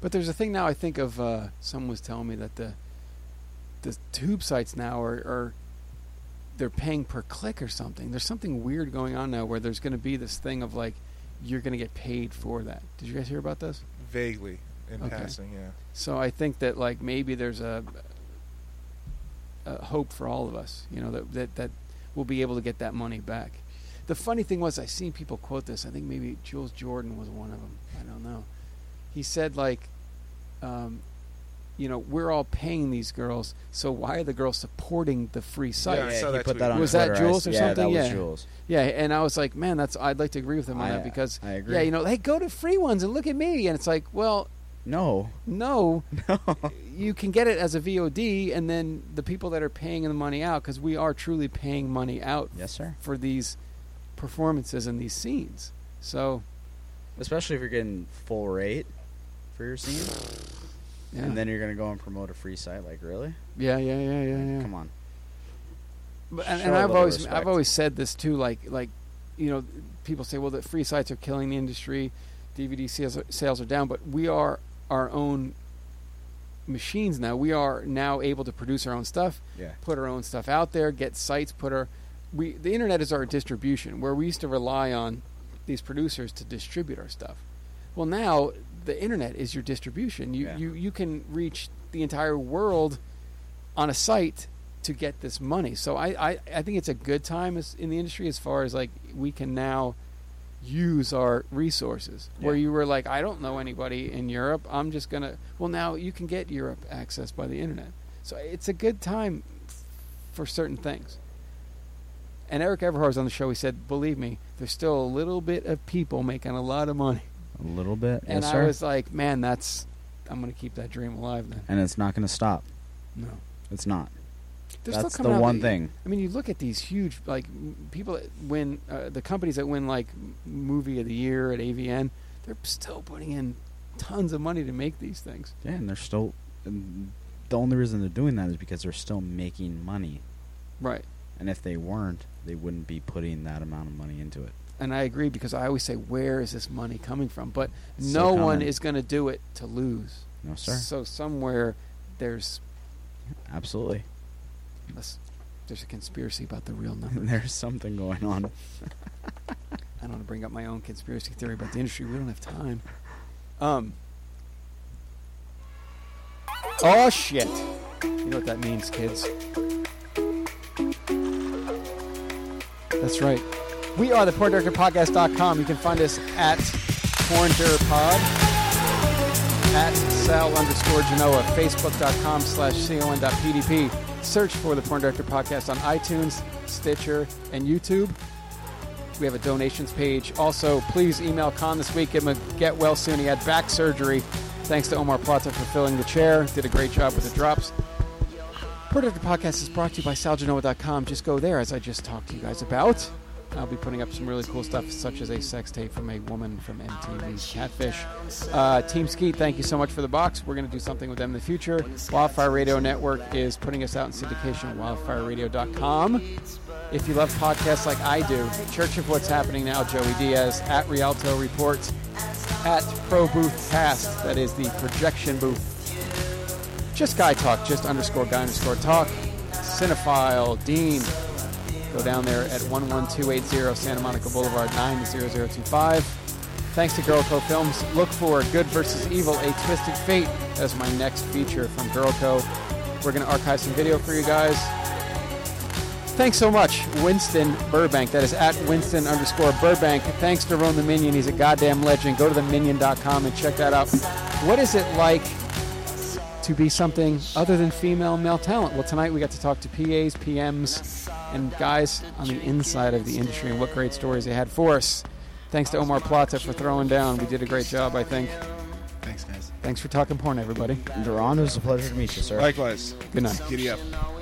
S4: But there's a thing now. I think of uh, someone was telling me that the the tube sites now are, are they're paying per click or something. There's something weird going on now where there's going to be this thing of like you're going to get paid for that. Did you guys hear about this?
S8: Vaguely in
S4: Okay.
S8: passing, yeah.
S4: So I think that like maybe there's a, a hope for all of us, you know, that, that that we'll be able to get that money back. The funny thing was, I seen people quote this. I think maybe Jules Jordan was one of them. I don't know. He said like, um, you know, we're all paying these girls, so why are the girls supporting the free site?
S8: Yeah, I saw
S7: he
S8: that
S7: put
S8: tweet.
S7: that on
S4: was
S7: Twitter.
S4: that
S7: I
S4: Jules
S7: s-
S4: or
S7: yeah,
S4: something?
S7: That was
S4: yeah,
S7: Jules.
S4: yeah, and I was like, man, that's I'd like to agree with him on
S7: I-
S4: that because
S7: I agree.
S4: yeah, you know, hey, go to free ones and look at me, and it's like, well,
S7: No,
S4: no, you can get it as a VOD, and then the people that are paying the money out because we are truly paying money out
S7: yes, sir.
S4: for these performances and these scenes. So
S7: Especially if you're getting full rate for your scene,
S4: yeah,
S7: and then you're gonna go and promote a free site. Like, really?
S4: yeah, yeah, yeah, yeah. yeah.
S7: Come on.
S4: But, and,
S7: Show
S4: and
S7: a
S4: I've
S7: little
S4: always I've
S7: respect.
S4: always said this too, like like you know, people say, well, the free sites are killing the industry, DVD sales sales are down, but we are our own machines now. We are now able to produce our own stuff,
S7: Yeah.
S4: put our own stuff out there, get sites, put our we the internet is our distribution where we used to rely on these producers to distribute our stuff. Well, now the internet is your distribution. You
S7: Yeah.
S4: you you can reach the entire world on a site to get this money. So I, I, I think it's a good time as, in the industry as far as like we can now use our resources. Where
S7: Yeah.
S4: you were like, I don't know anybody in Europe. I'm just gonna. Well, now you can get Europe access by the internet. So it's a good time f- for certain things. And Eric Everhard was on the show. He said, "Believe me, there's still a little bit of people making a lot of money."
S7: A little bit.
S4: And
S7: yes,
S4: I
S7: sir.
S4: was like, "Man, that's I'm gonna keep that dream alive." Then
S7: and it's not gonna stop.
S4: no,
S7: It's not.
S4: They're still
S7: That's the
S4: coming out
S7: one
S4: with-
S7: thing.
S4: I mean, you look at these huge like m- people that win uh, the companies that win like m- movie of the year at AVN. They're still putting in tons of money to make these things.
S7: Yeah, and they're still. And the only reason they're doing that is because they're still making money.
S4: Right.
S7: And if they weren't, they wouldn't be putting that amount of money into it.
S4: And I agree because I always say, where is this money coming from? But
S7: It's
S4: no
S7: still
S4: one
S7: coming.
S4: is going to do it to lose.
S7: No, sir.
S4: So somewhere there's
S7: Absolutely.
S4: a s- there's a conspiracy about the real number.
S7: There's something going on.
S4: I don't want to bring up my own conspiracy theory about the industry. We don't have time. Um. Oh shit! You know what that means, kids. That's right. We are the porndirectorpodcast.com. You can find us at porndirpod, at sal underscore genoa, facebook.com slash con.pdp. Search for the Porn Director Podcast on iTunes, Stitcher, and YouTube. We have a donations page. Also, please email Con this week. Give him a get well soon. He had back surgery. Thanks to Omar Plata for filling the chair. Did a great job with the drops. Productive Podcast is brought to you by salgenoa.com. Just go there, as I just talked to you guys about. I'll be putting up some really cool stuff, such as a sex tape from a woman from MTV's Catfish. Uh, Team Skeet, thank you so much for the box. We're going to do something with them in the future. Wildfire Radio Network is putting us out in syndication, wildfireradio.com. If you love podcasts like I do, Church of What's Happening Now, Joey Diaz, at Rialto Reports, at Pro Booth Cast, that is the projection booth just guy talk, just underscore guy underscore talk. Cinephile Dean, go down there at 11280 Santa Monica Boulevard 90025. Thanks to Girlco Films. Look for Good versus Evil: A Twisted Fate as my next feature from Girlco. We're going to archive some video for you guys. Thanks so much, Winston Burbank. That is at Winston underscore Burbank. Thanks to Ron the Minion. He's a goddamn legend. Go to theminion.com and check that out. What is it like to be something other than female male talent. Well, tonight we got to talk to PAs, PMs, and guys on the inside of the industry and what great stories they had for us. Thanks to Omar Plata for throwing down. We did a great job, I think.
S5: Thanks, guys.
S4: Thanks for talking porn, everybody.
S7: Duran, it was a pleasure to meet you, sir.
S8: Likewise.
S4: Good night.
S8: Giddy up.